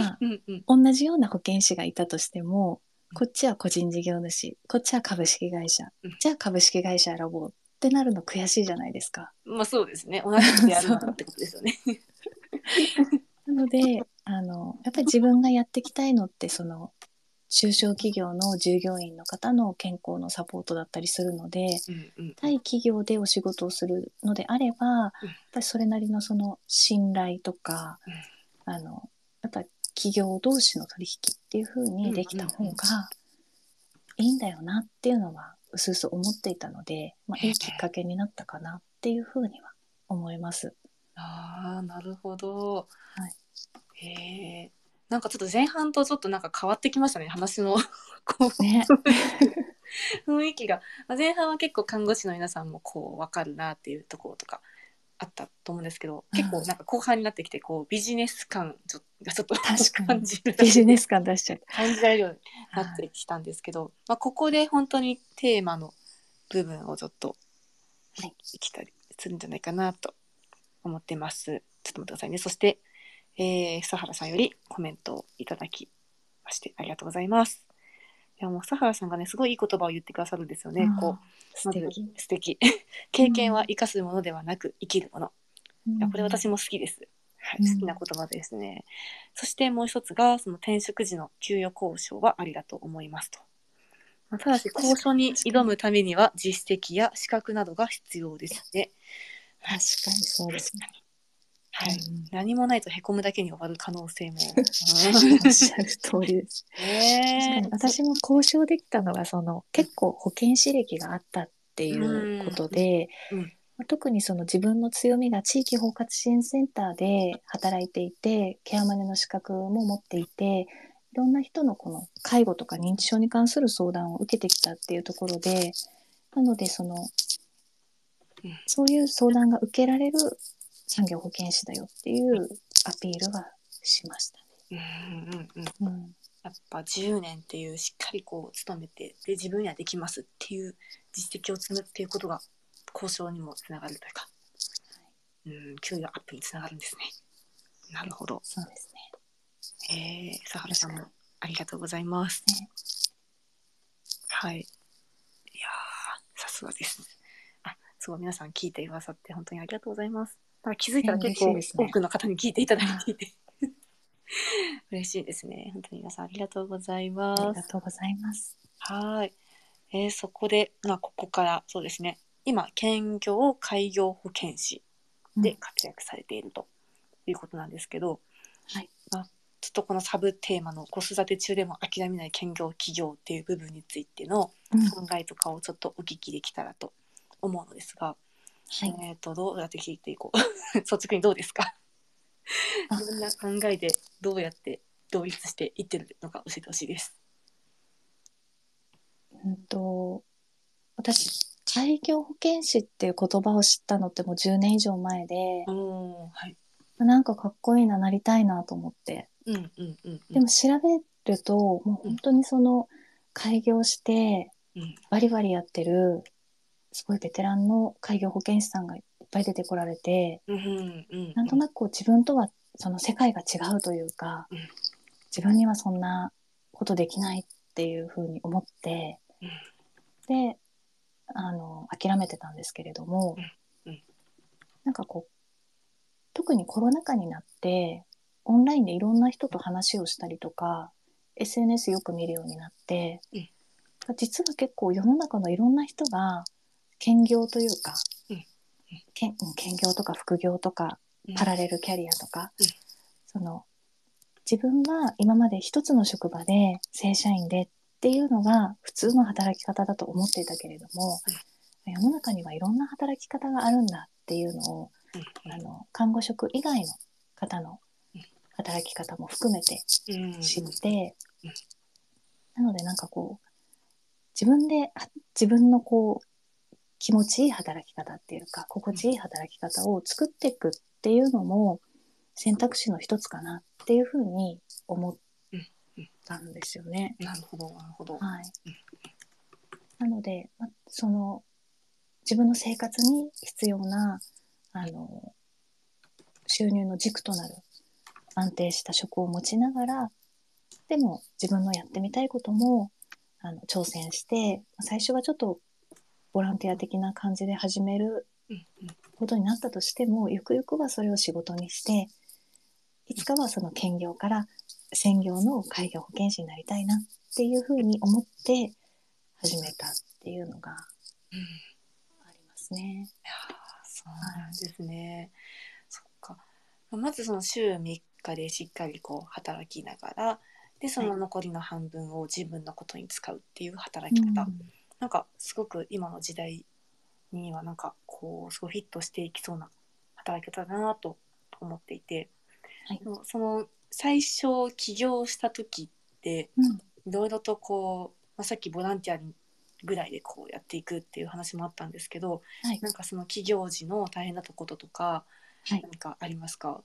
あ、
うんうん
同じような保健師がいたとしても、こっちは個人事業主、こっちは株式会社
うん、
じゃあ株式会社選ぼうってなるの悔しいじゃないですか。
まあそうですね。同じことやるなってことですよ ね。
な ので、あの、やっぱり自分がやっていきたいのって、その、中小企業の従業員の方の健康のサポートだったりするので、
うんうん。
対企業でお仕事をするのであれば、やっぱりそれなりのその信頼とか、あの、やっぱ企業同士の取引っていう風にできた方
うんうんう
がいいんだよなっていうのは、うすうす思っていたので、まあ、いいきっかけになったかなっていう風には思 います。
ああ、なるほど。
は
へえ。なんかちょっと前半とちょっとなんか変わってきましたね。話の こ
ね。
う雰囲気が。まあ前半は結構看護師の皆さんもこうわかるなっていうところとかあったと思うんですけど、結構なんか後半になってきてこうビジネス感ちょがちょっと
確かに
感じる
ビジネス感出しちゃって。
感じられるようになってきたんですけど、まあ、ここで本当にテーマの部分をちょっと
はい
生きたりするんじゃないかなと思ってます。ちょっと待ってくださいね。そして、えー、佐原さんよりコメントをいただきましてありがとうございます。いやもう佐原さんがねすごいいい言葉を言ってくださるんですよね。こう
素敵
まず素敵 経験は生かすものではなく生きるもの。いやこれ私も好きです。はい、
うん
好きな言葉ですね。そしてもう一つが、その転職時の給与交渉はありだと思いますと。まあただし、交渉に挑むためには実績や資格などが必要ですね。
確かにそうですね。
はい。
うん
何もないとへこむだけに終わる可能 性も。
おっしゃる通りです。確か
ね
に私も交渉できたのがその結構保険資歴があったっていうことで、
うんうん
まあ特にその自分の強みが地域包括支援センターで働いていてケアマネの資格も持っていていろんな人のこの介護とか認知症に関する相談を受けてきたっていうところでなのでその
うん
そういう相談が受けられる産業保健師だよっていうアピールはしましたね。
うんうんうん。
うん
やっぱ10年っていうしっかりこう勤めてで自分にはできますっていう実績を積むっていうことが交渉にもつながるというか、うん給与アップにつながるんですね。なるほど。
そうですね
えー、佐原さんもありがとうございます。
ね
はい。いやーさすがです。あすごい皆さん聞いてくださって本当にありがとうございます。なんか気づいたら結
ね
構
嬉しいですね
多くの方に聞いていただいてい て嬉しいですね。本当に皆さんありがとうございま
あり
す
が。とうございます。
はい。えーそこで、まあ、ここから、そうですね。今、兼業開業保健師で活躍されているということなんですけど、
はい
まあ、ちょっとこのサブテーマの子育て中でも諦めない兼業企業っていう部分についての
うん
考えとかをちょっとお聞きできたらと思うのですが、
はい、
えっ、と、どうやって聞いていこう。 率直にどうですか
あ
どんな考えでどうやって同一していってるのか教えてほしいです。
うんと私開業保健師っていう言葉を知ったのってもう10年以上前で、
おーはい。
なんかかっこいいななりたいなと思って
うんうんうんうん。
でも調べると、もう本当にその、開業して
うん、
バリバリやってる、すごいベテランの開業保健師さんがいっぱい出てこられて、
うんうん
なんとなくこう自分とはその世界が違うというか
うん、
自分にはそんなことできないっていうふうに思って、で、あの、諦めてたんですけれども
うんうん、
なんかこう、特にコロナ禍になって、オンラインでいろんな人と話をしたりとか、SNS よく見るようになって
うん、
実は結構世の中のいろんな人が、兼業というか
うんうん、
兼うん兼業とか副業とか
うん
パラレルキャリアとか、
うん
その自分が今まで一つの職場で正社員でっていうのが普通の働き方だと思っていたけれども、世の中にはいろんな働き方があるんだっていうのを、
うん
あの看護職以外の方の
うん
働き方も含めて
うんうん
知って、
うん
なのでなんかこう自分では自分のこう気持ちいい働き方っていうか心地いい働き方を作っていくっていうのも選択肢の一つかなっていうふうに思ったんですよね。
なるほどなるほど。
はい
うん、
なので、ま、その自分の生活に必要なあの収入の軸となる安定した職を持ちながらでも自分のやってみたいこともあの挑戦して最初はちょっとボランティア的な感じで始める
うんうん
ことになったとしてもゆくゆくはそれを仕事にしていつかはその兼業から専業の開業保健師になりたいなっていうふうに思って始めたっていうのが
うん
ありますね。
いやーそうなんですね。そっか。まずその週3日でしっかりこう働きながら、でその残りの半分を自分のことに使うっていう働き方。なんかすごく今の時代にはなんかこうすごいフィットしていきそうな働き方だなと思っていて、
はい
でもその最初起業した時って
うん
いろいろとこう、まあ、さっきボランティアぐらいでこうやっていくっていう話もあったんですけど
はい
なんかその起業時の大変なとこととか
はい
何かありますか、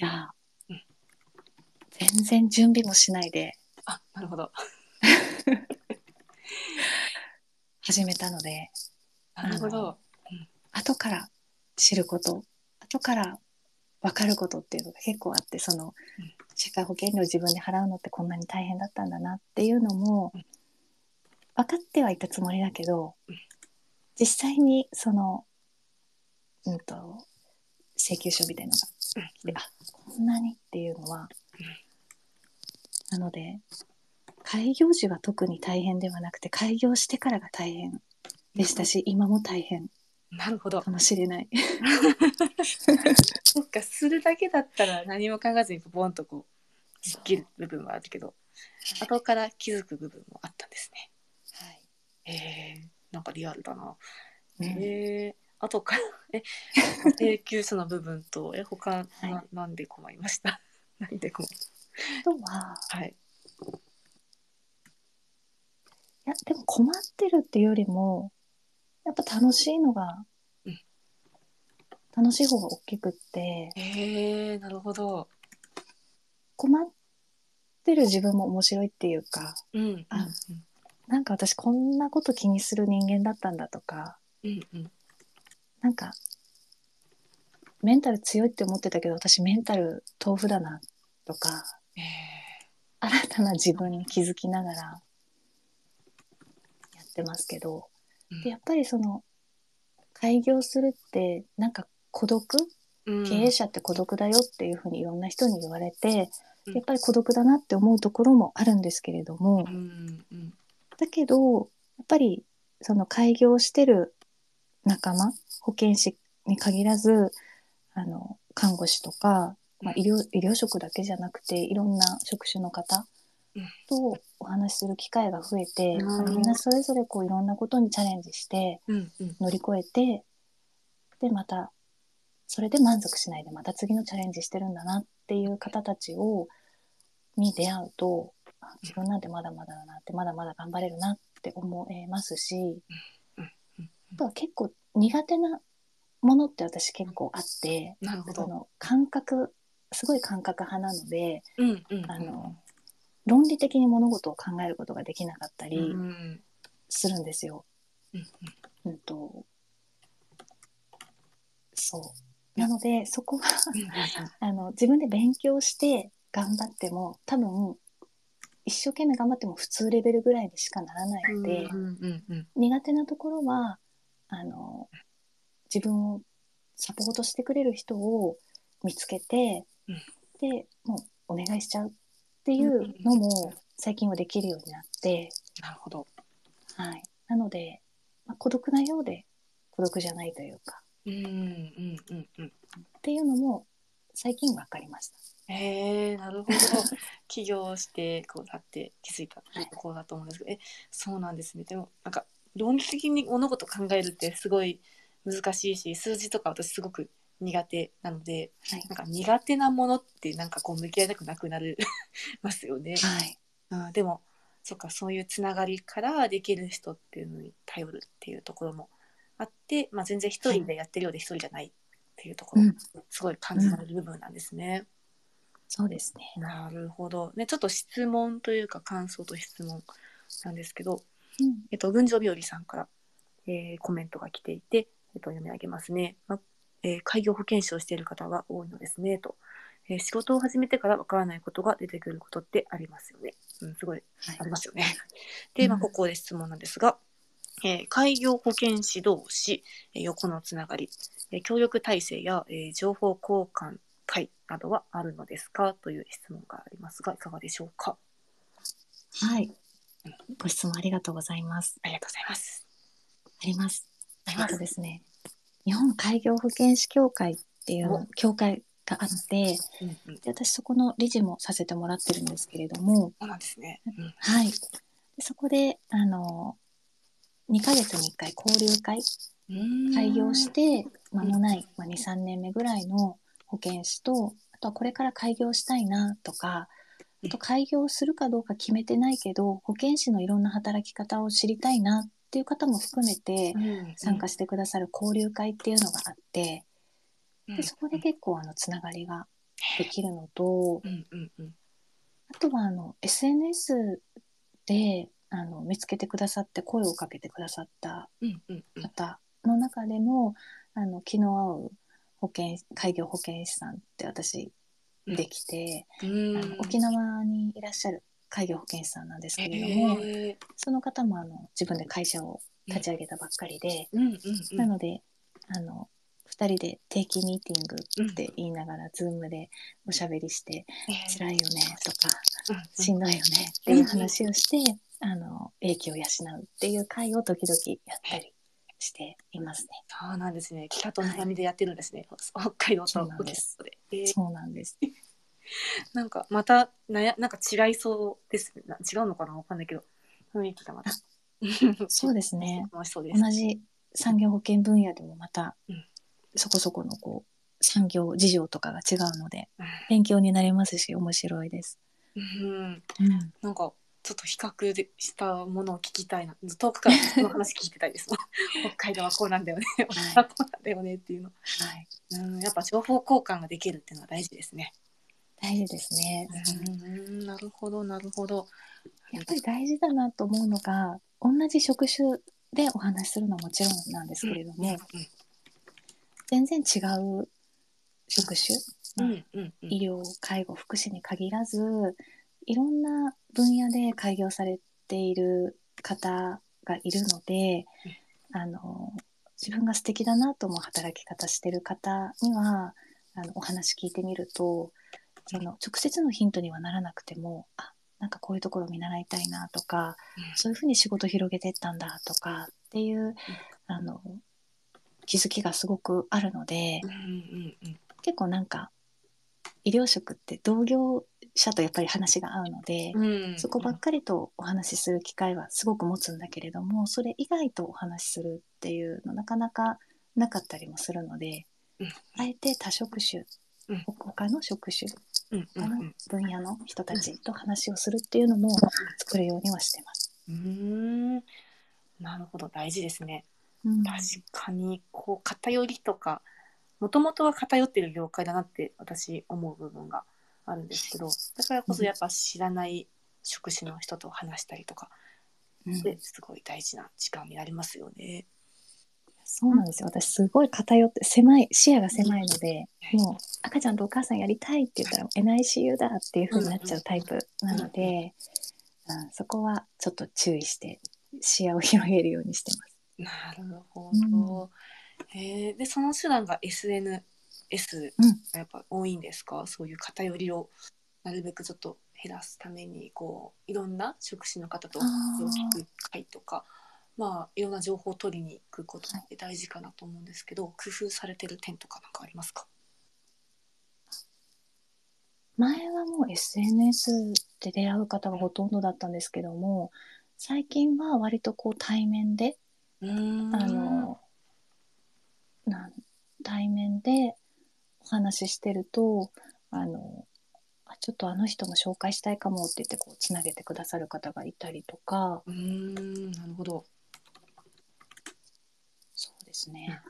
いや
う
ー
ん
全然準備もしないで
あなるほど。
始めたので
なるほど。
後から知ること後から分かることっていうのが結構あってその
うん
社会保険料自分で払うのってこんなに大変だったんだなっていうのも
うん
分かってはいたつもりだけど
うん
実際にそのうんと請求書みたいのが
うん
であこんなにっていうのはなので開業時は特に大変ではなくて開業してからが大変でしたし今も大変
なるほど
か。もしれない。
そっかするだけだったら何も考えずにボンとこうすっきり部分はあるけど後から気づく部分もあったんですね。へえなんかリアルだな。
うん
へえ後から え請求書の部分とえ他な,、
は
なんで困りました なんで困った
あとは
はい。
いやでも困ってるっていうよりもやっぱ楽しいのが、
うん
楽しい方が大きくって
へえなるほど。
困ってる自分も面白いっていうか
うん
あなんか私こんなこと気にする人間だったんだとか
うんうん
なんかメンタル強いって思ってたけど私メンタル豆腐だなとか
へえ
新たな自分に気づきながらやってますけど。
うん
でやっぱりその開業するってなんか孤独
うん
経営者って孤独だよっていうふうにいろんな人に言われて、
うん
やっぱり孤独だなって思うところもあるんですけれども、
うんうん
だけどやっぱりその開業してる仲間保健師に限らずあの看護師とか、まあ、医療医療職だけじゃなくていろんな職種の方
うん
とお話しする機会が増えて、
うん
みんなそれぞれこういろんなことにチャレンジして、
うんうん
乗り越えてでまたそれで満足しないでまた次のチャレンジしてるんだなっていう方たちをに出会うとあ自分なんてまだまだだなってまだまだ頑張れるなって思えますし
うんうん
あとは結構苦手なものって私結構あって
なるほ
そ
ど。
の感覚すごい感覚派なので
うんうん
あの論理的に物事を考えることができなかった
うん
り
うん
するんですよ。
うん
うんとそうなのでそこは あの自分で勉強して頑張っても多分一生懸命頑張っても普通レベルぐらいにしかならないので、
うんうんうん
苦手なところはあの自分をサポートしてくれる人を見つけて、
うん
でもうお願いしちゃうっていうのも最近はできるようになって、
なるほど。
はい、なので、まあ孤独なようで孤独じゃないというか
うんうんうんうん。
っていうのも最近分かりました。
えー、な るほど。起業してこうだって気づいた
はい
こうだと思うんですけど、えそうなんですね。でもなんか論理的に物事考えるってすごい難しいし、数字とか私すごく苦手なので、
はい
なんか苦手なものってなんかこう向き合いたくなくなりますよね。
はい
うん、でもそっかそういうつながりからできる人っていうのに頼るっていうところもあって、まあ、全然一人でやってるようで一人じゃないっていうところ、
うん
すごい感じられる部分なんですね。
そうですね。
なるほど、ね、ちょっと質問というか感想と質問なんですけど、
うん
えっと、群青日和さんから、えーコメントが来ていて、えっと、読み上げますね。まえー開業保険士をしている方が多いのですねと、えー仕事を始めてからわからないことが出てくることってありますよね。うん、すごい
はい
ありますよね。で、まあ、
うん
ここで質問なんですが、えー開業保険士同士、えー横のつながり、えー協力体制や、えー情報交換会などはあるのですかという質問がありますが、いかがでしょうか。
はい。ご質問ありがとうございます。
ありがとうございます。
あります。
あり
え
ま
っ
す
とですね、日本開業保険士協会ってい
お
う協会があって、
うんうん、そ
で私そこの理事もさせてもらってるんですけれども、
うなんですね。うん
はい。でそこで、あの、2ヶ月に1回交流会、開業し。て間もない、まあ、2、3年目ぐらいの保険士と、あとはこれから開業したいなとか、あと開業するかどうか決めてないけど、保険士のいろんな働き方を知りたいなっていう方も含めて、
うん
参加してくださる交流会っていうのがあって、
うん
でそこで結構あのつながりができるのと、
うんうんうん
あとはあの SNS であの見つけてくださって声をかけてくださった
うんうんうん
方の中でも、あの気の合う保険開業保健師さんって私できて、
うん
あの沖縄にいらっしゃる開業保健師さんなんですけれども、
へー
その方もあの自分で会社を立ち上げたばっかりで、
うんうんうん
なので、あの、2人で定期ミーティングって言いながら、ズームでおしゃべりして、
へー
辛いよねとか、
うんうん
しんどいよねっていう話をして、あの、英気を養うっていう会を時々やったりしていますね。
そうなんですね。北と南でやってるんですね。北海道
そ
と
うなん
沖
で
縄
す
で。えー
そうなんです。
なんかまたなやなんか違いそうですね。な違うのかなわかんないけど雰囲気がまた。
そうですね。
楽しそうです。
同じ産業保険分野でもまた
うん、
そこそこのこう、産業事情とかが違うので、
うん
勉強になれますし、面白いです。
うん。
うん、
なんかちょっと比較でしたものを聞きたいな。遠くからこの話聞いてたい です。北海道はこうなんだよね。沖縄はこうなんだよねっていうの。
はい。
うん。やっぱ情報交換ができるっていうのは大事ですね。
大事ですね。
うん。なるほどなるほど。
やっぱり大事だなと思うのが同じ職種でお話しするのはもちろんなんですけれども、全然違う職種、
うんうんうん。
医療介護福祉に限らずいろんな分野で開業されている方がいるので、あの自分が素敵だなと思う働き方してる方にはあのお話聞いてみるとその直接のヒントにはならなくてもあなんかこういうところ見習いたいなとかそういうふうに仕事広げてったんだとかっていうあの気づきがすごくあるので
うんうんうん。
結構なんか医療職って同業者とやっぱり話が合うので、
うん
そこばっかりとお話しする機会はすごく持つんだけれどもそれ以外とお話しするっていうのなかなかなかったりもするので、
うん
あえて多職種、
うん
他の職種
うんうん
他
う
の
ん
分野の人たちと話をするっていうのも作るようにはしてます。
うーんなるほど大事ですね。
うん
確かにこう偏りとかもともとは偏ってる業界だなって私思う部分があるんですけどだからこそやっぱ知らない職種の人と話したりとか
うん
ですごい大事な時間になりますよね。
そうなんですよ。私すごい偏って狭い視野が狭いので、もう赤ちゃんとお母さんやりたいって言ったら NICU だっていう風になっちゃうタイプなので、うんそこはちょっと注意して視野を広げるようにしてます。
なるほど。えーでその手段が SNS
うん
がやっぱ多いんですか、そういう偏りをなるべくちょっと減らすためにこういろんな職種の方と
あー
聞く会とかまあいろんな情報を取りに行くことって大事かなと思うんですけど、工夫されてる点とかなんかありますか
前はもう SNS で出会う方がほとんどだったんですけども、最近は割とこう対面で、
あ
あの、なん対面でお話ししてると、あの、あちょっとあの人も紹介したいかもって言ってこうつなげてくださる方がいたりとか、
うーんなるほど。
そうですね。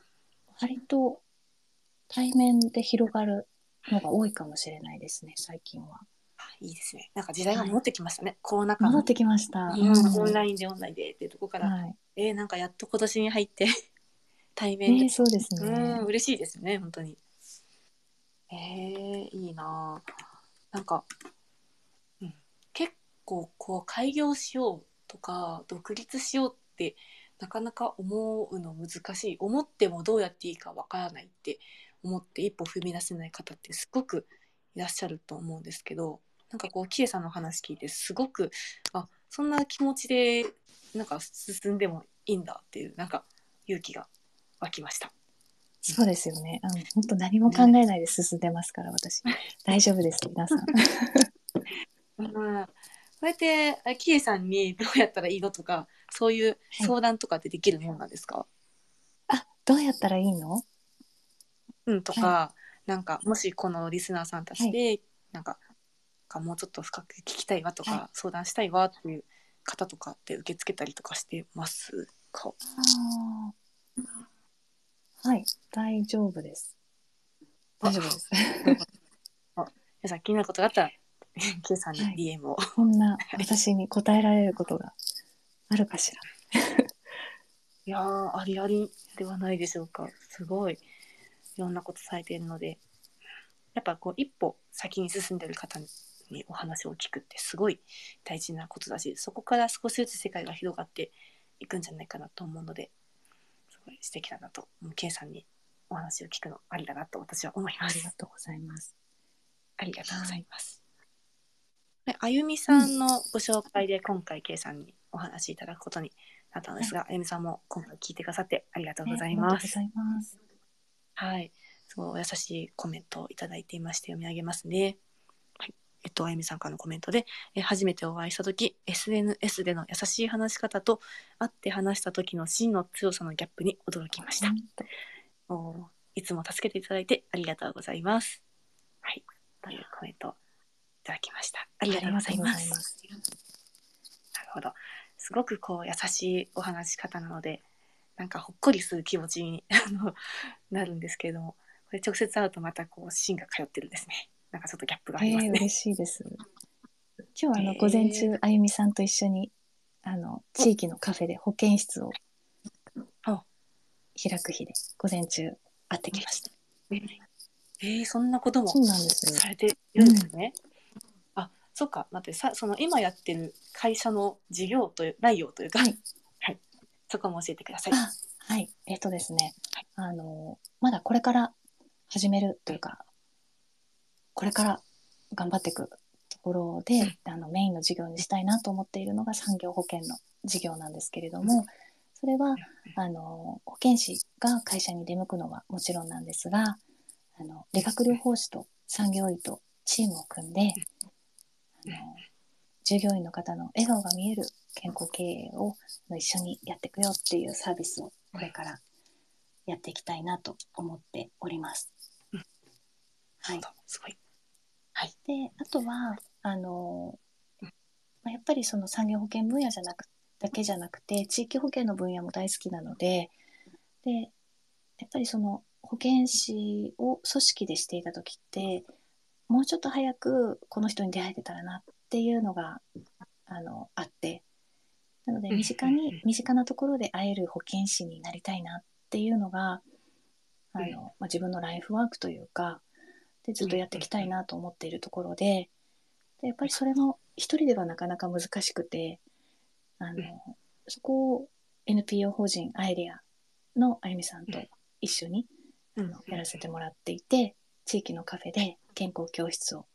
割と対面で広がるのが多いかもしれないですね、最近は。
あいいですね。なんか時代が戻ってきましたね。コロナ禍の
戻ってきました。
うんオンラ
イ
インでオンラインでっていうとこから、
はい。
えーなんかやっと今年に入って 対面で、
ね、そうです
う
ね
ん。嬉しいですね本当にえー、いいなあなんか、うん、結構こう開業しようとか独立しようってなかなか思うの難しい思ってもどうやっていいかわからないって思って一歩踏み出せない方ってすごくいらっしゃると思うんですけどなんかこうキエさんの話聞いてすごくあそんな気持ちでなんか進んでもいいんだっていうなんか勇気が湧きました。
そうですよね。うん、本当何も考えないで進んでますか ら、私。大丈夫です、皆さん。
まあ、こうやってあキエさんにどうやったらいいのとかそういう相談とかってできるもんなんですか、
あ、どうやったらいいの
うんとか、なんかもしこのリスナーさんたちで、なんかなんかもうちょっと深く聞きたいわとか、
は
相談したいわっていう方とかって受け付けたりとかしてますか
あーはい、大丈夫です。大丈夫です。
皆さん気になることがあったらキエさんに
はい
DM を、
こんな私に答えられることがあるかしら。
いやーありありではないでしょうかすごいいろんなことされているのでやっぱこう一歩先に進んでる方にお話を聞くってすごい大事なことだしそこから少しずつ世界が広がっていくんじゃないかなと思うのですごい素敵だなともう K さんにお話を聞くのありだなと私は思い
あ
ま
り
す
が。とうございます。
ありがとうございます。であゆみさんのご紹介で今回 K さんにお話しいただくことになったんですが、あゆみさんも今回聞いてくださってありがとうございま
あり
す。
がとうございます。
はい、すごいお優しいコメントをいただいていまして読み上げますね。はい、えっとあゆみさんからのコメントで、え初めてお会いした時 SNS での優しい話し方と会って話した時の真の強さのギャップに驚きました。
本当
おーいつも助けていただいてありがとうございます。はい、というコメントをいただきました。ありがとうございま
あり
す。
がとうございます
なるほど。すごくこう優しいお話し方なので、なんかほっこりする気持ちに あのなるんですけれども、これ直接会うとまたこう芯が通ってるんですね。なんかちょっとギャップがあります
えー
ね。
嬉しいです。今日はあ
え
の
ー
午前中、あゆみさんと一緒にあの地域のカフェで保健室を
あ
開く日で午前中会ってきました。
えーそんなことも
そうなんですよ。
されているんですね。あ、そっか。待って、さ、その今やってる会社の事業という内容というか、は
はいい、
そこも教えてください。
あはい、えっ、とですね、あのまだこれから始めるというか、これから頑張っていくところで、あのメインの事業にしたいなと思っているのが産業保険の事業なんですけれども、それはあの保健師が会社に出向くのはもちろんなんですが、あの理学療法士と産業医とチームを組んで、あの従業員の方の笑顔が見える健康経営をあの一緒にやっていくよっていうサービスをこれからやっていきたいなと思っております。はい、
すごい。
であとはあの、まあ、やっぱりその産業保険分野じゃなくだけじゃなくて地域保険の分野も大好きなのででやっぱりその保健師を組織でしていた時ってもうちょっと早くこの人に出会えてたらなっていうのがあのあってなので
うん
身近
うんうん
に身近なところで会える保健師になりたいなっていうのがあの、
うん
まあ、自分のライフワークというかでずっとやっていきたいなと思っているところででやっぱりそれも一人ではなかなか難しくてあ
うん
のそこを NPO 法人アイデアのあゆみさんと一緒に
う
あのやらせてもらっていて地域のカフェで健康教室を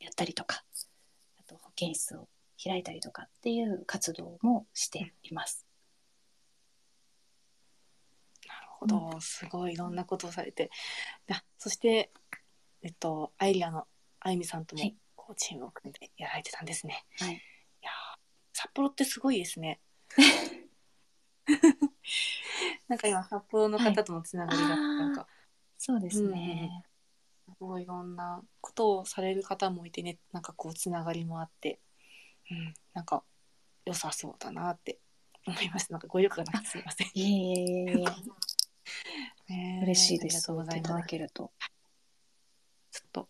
やったりとかあと保健室を開いたりとかっていう活動もしています。
なるほど、すごいいろんなことをされて、あそして、えっと、アイリアのあゆみさんとも
はい
こうチームを組んでやられてたんですね。
はい
やー札幌ってすごいです ね。なんか今札幌の方とのつながりが、
はい
なんか
そうです
うん
ね、
すごいいろんなことをされる方もいてねなんかこうつながりもあって、うん、なんか良さそうだなって思いましたなんか語彙力がなくてすみません。
いえいえいえいえ
ねえ
嬉しいで
ありが
す
とう
そう
ござ
言ってい
い
た
ま
だ
す。
けると。
ちょっと、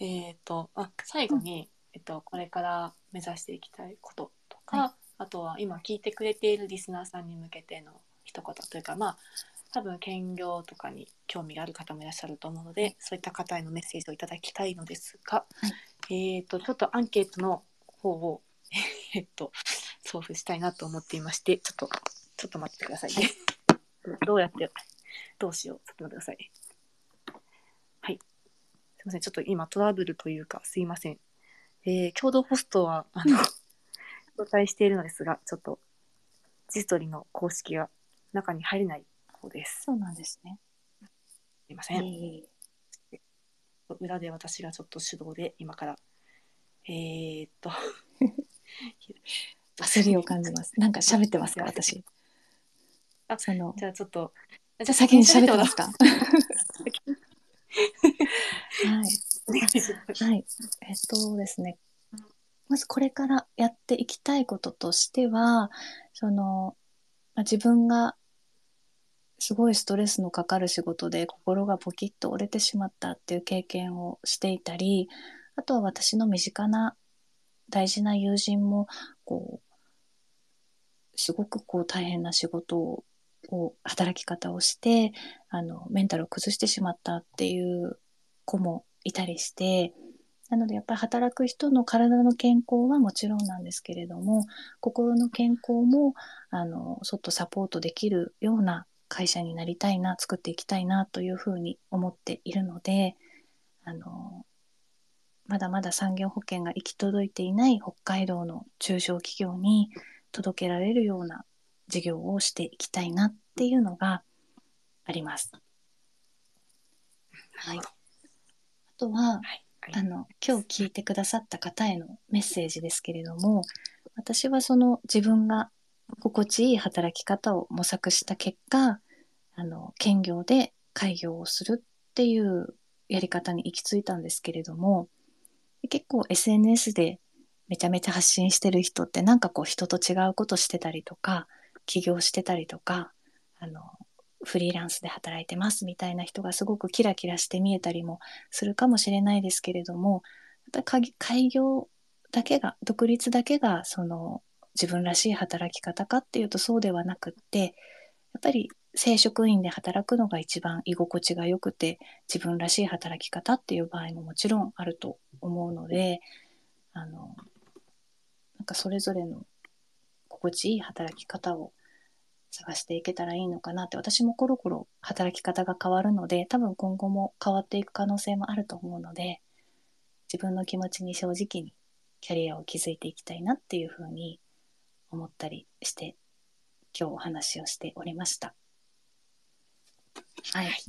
えっ、と、あ、最後に、えっと、これから目指していきたいこととか、
は
あとは今聞いてくれているリスナーさんに向けての一言というか、まあ、多分兼業とかに興味がある方もいらっしゃると思うので、そういった方へのメッセージをいただきたいのですが、えっ、と、ちょっとアンケートの方を、 えっと、送付したいなと思っていまして、ちょっと、ちょっと待ってくださいね。どうやって、どうしよう、ちょっと待ってください。すみません、ちょっと今トラブルというか、すいません。えー共同ホストは、あの、招待しているのですが、ちょっと、ジストリの公式が中に入れない方です。
そうなんですね。
すいま
い
せ
え
ん。
いえ
裏で私がちょっと手動で、今から、えー、っと、
焦りを感じます。なんか喋ってますか
いや
私。
あ
その
じゃあちょっと、じ
じゃあ先に喋って
もらお
ま
う
すか。はい。
お願いします
はい。えっとですね。まずこれからやっていきたいこととしては、その、まあ自分がすごいストレスのかかる仕事で心がポキッと折れてしまったっていう経験をしていたり、あとは私の身近な大事な友人も、こう、すごくこう大変な仕事を、を働き方をして、あの、メンタルを崩してしまったっていう子もいたりしてなのでやっぱり働く人の体の健康はもちろんなんですけれども心の健康もあのちょっとサポートできるような会社になりたいな作っていきたいなというふうに思っているのであのまだまだ産業保険が行き届いていない北海道の中小企業に届けられるような事業をしていきたいなっていうのがあります。はい、あと
は
は、
いはい
あの今日聞いてくださった方へのメッセージですけれども私はその自分が心地いい働き方を模索した結果あの兼業で開業をするっていうやり方に行き着いたんですけれども結構 SNS でめちゃめちゃ発信してる人ってなんかこう人と違うことしてたりとか起業してたりとかあのフリーランスで働いてますみたいな人がすごくキラキラして見えたりもするかもしれないですけれどもまた開開業だけが独立だけがその自分らしい働き方かっていうとそうではなくってやっぱり正職員で働くのが一番居心地が良くて自分らしい働き方っていう場合ももちろんあると思うのであのなんかそれぞれの心地いい働き方を探していけたらいいのかなって私もコロコロ働き方が変わるので多分今後も変わっていく可能性もあると思うので自分の気持ちに正直にキャリアを築いていきたいなっていうふうに思ったりして今日お話をしておりました。はい、
ありがと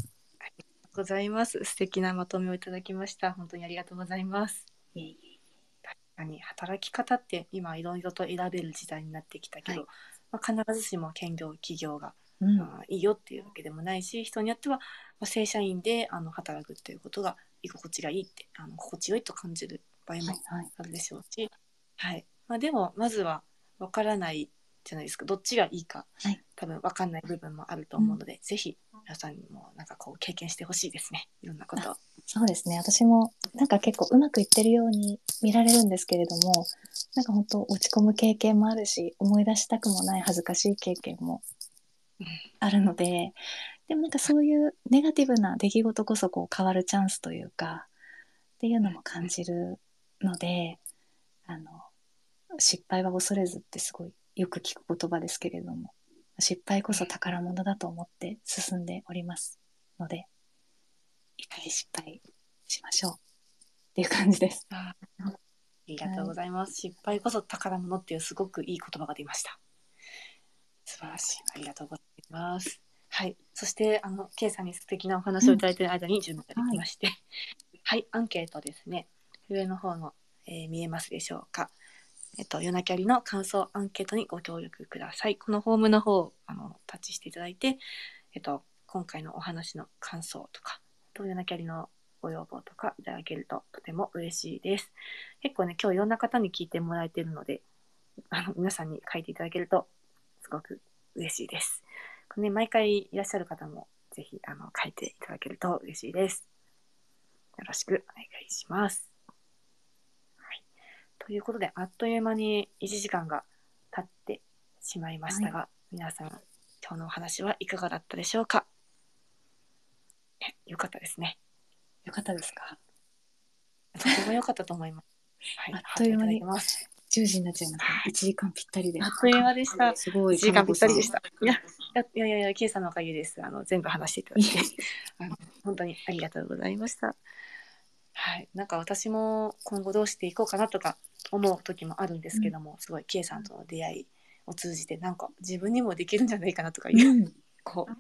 うございます。素敵なまとめをいただきました。本当にありがとうございます。
いえい
確かに働き方って今いろいろと選べる時代になってきたけど、
は
まあ、必ずしも兼業企業が、
うん、
まあいいよっていうわけでもないし人によっては、まあ、正社員であの働くっていうことが居心地がいいってあの心地よいと感じる場合
はい
も
はい、
あるでしょうし、はいまあ、でもまずは分からないじゃないですかどっちがいいか、
はい
多分分かんない部分もあると思うので、ぜひ皆さんにもなんかこう経験してほしいですねいろんなことを
そうですね私もなんか結構うまくいってるように見られるんですけれどもなんか本当落ち込む経験もあるし思い出したくもない恥ずかしい経験も
うん
あるのででもなんかそういうネガティブな出来事こそこう変わるチャンスというかっていうのも感じるのであの失敗は恐れずってすごいよく聞く言葉ですけれども失敗こそ宝物だと思って進んでおりますのでいっぱい失敗しましょうっていう感じです。
ありがとうございます、失敗こそ宝物っていうすごくいい言葉が出ました素晴らしいありがとうございますはいそしてあの K さんに素敵なお話をいただいている間に準備ができまして、はい、アンケートですね上の方の、えー見えますでしょうかえっと、夜なきゃりの感想アンケートにご協力ください。このフォームの方をあのタッチしていただいて、えっと、今回のお話の感想とか、あと夜なきゃりのご要望とかいただけるととても嬉しいです。結構ね、今日いろんな方に聞いてもらえてるので、あの皆さんに書いていただけるとすごく嬉しいです。これね、毎回いらっしゃる方もぜひあの書いていただけると嬉しいです。よろしくお願いします。はい、ということで、あっという間に1時間が経ってしまいましたが、皆さん、今日のお話はいかがだったでしょうか。ねよかったですね。
よかったですか
とても良かったと思います。はい
あっという間に
ハートただきます。
10時になっちゃいました。1時間ぴったりで。
あっという間でした。
すごい。。
1時間ぴったりでしたた。いや、いやいやいや、ケイさんのおかげです。あの、全部話していただい て、あの、本当にありがとうございました。はい、なんか私も今後どうしていこうかなとか思う時もあるんですけども、すごいケイさんとの出会いを通じて、なんか自分にもできるんじゃないかなとかいうう、
ん。
こう。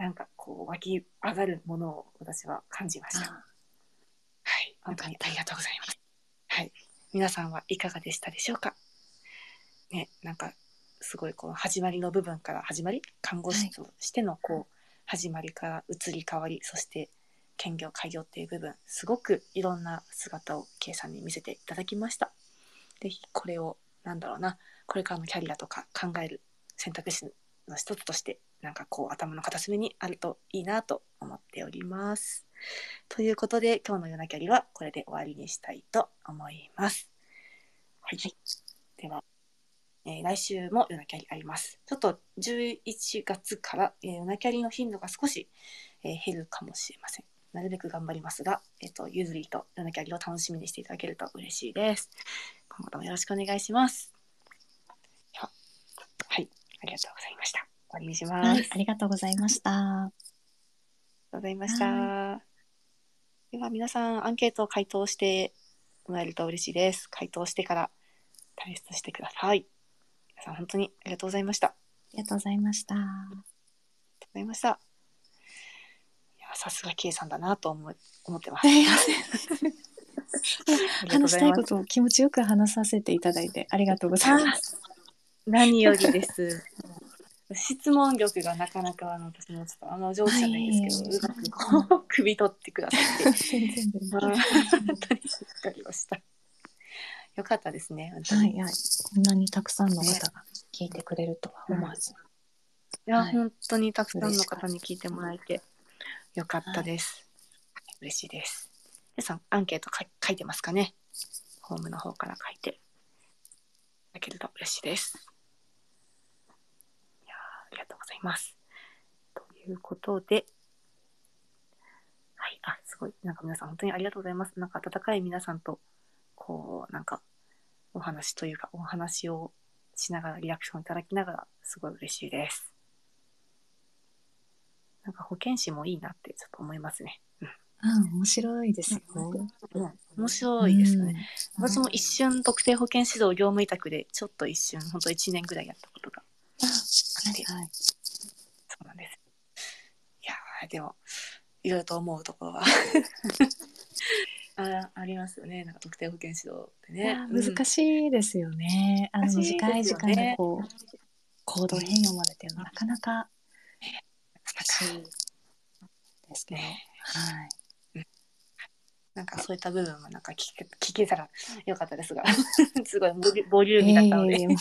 なんかこう湧き上がるものを私は感じました。
あ
はい、本当にありがとうございます。はい、皆さんはいかがでしたでしょうか。ね、なんかすごいこう始まりの部分から始まり、看護師としてのこう、始まりから移り変わり、そして兼業開業っていう部分、すごくいろんな姿を K さんに見せていただきました。ぜひこれをなんだろうな、これからのキャリアとか考える選択肢の一つとして、なんかこう頭の片隅にあるといいなと思っております。ということで今日の夜なきゃりはこれで終わりにしたいと思います。はい、では、えー来週も夜なきゃりあります。ちょっと11月から、えー夜なきゃりの頻度が少し、えー減るかもしれません。なるべく頑張りますが、えっとゆずりと夜なきゃりを楽しみにしていただけると嬉しいです。今後ともよろしくお願いします。でははい、ありがとうございました。終わりにします。
はい。ありがとうございました。
ありがとうございました。では皆さんアンケートを回答してもらえると嬉しいです。回答してから退出してください。皆さん本当にありがとうございました。あ
ありがとうございました。
りがとうございました。いやさすが K さんだなと思う思ってます。
いや
ありがとうご
話し
ざ
たい
ま
こ
す
とを気持ちよく話させていただいてありがとうございます。
何よりです。 質問力がなかなかあの私もちょっとあの上手じゃないですけど、
はいう
まくこう首取ってくださって
全然全然
本当に助かりました。よかったですね。本当に
はい、いや、こんなにたくさんの方が聞いてくれるとは思わず。
いや、
はい
本当にたくさん
嬉
の
しかった
方に聞いてもらえてよかったです。嬉しいです。皆さんアンケートか書いてますかね。ホームの方から書いていただけると嬉しいです。いやーありがとうございます。ということで、はい、あすごいなんか皆さん本当にありがとうございます。なんか温かい皆さんとこうなんかお話というかお話をしながらリアクションいただきながらすごい嬉しいです。なんか保健師もいいなってちょっと思いますね。
うん、面白いですよ。
うん、面白いですね。
うん。
私も一瞬特定保健指導業務委託でちょっと一瞬本当1年ぐらいやったことが
はいはい。
そうなんです。いやーでもいろいろと思うところはあありますよね。なんか特定保健指導って
い
ね
や。
うん
難しいですよね。あの
難しいですよ
短
ね
い時間でこう行動変容までっていうのはなかなか難しいですけど。はい。
なんかそういった部分もなんか 聞け聞けたらよかったですが、すごいボリュボリューミーだったので、
ええもう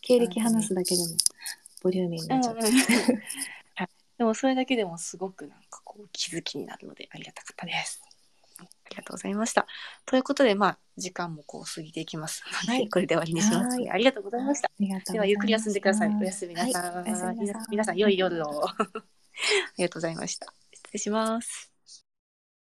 経歴話すだけでもボリューミー になっちゃう。
はいでもそれだけでもすごくなんかこう気づきになるのでありがたかったです。ありがとうございました。ということでまあ時間もこう過ぎていきますので、
はい
これで終わりにします。
はい
ありがとうございました。
ありがとうございます
ではゆっくり休んでください。おやすみなさい。
はいおやすみなさ い
皆さん良い夜を。ありがとうございました。失礼します。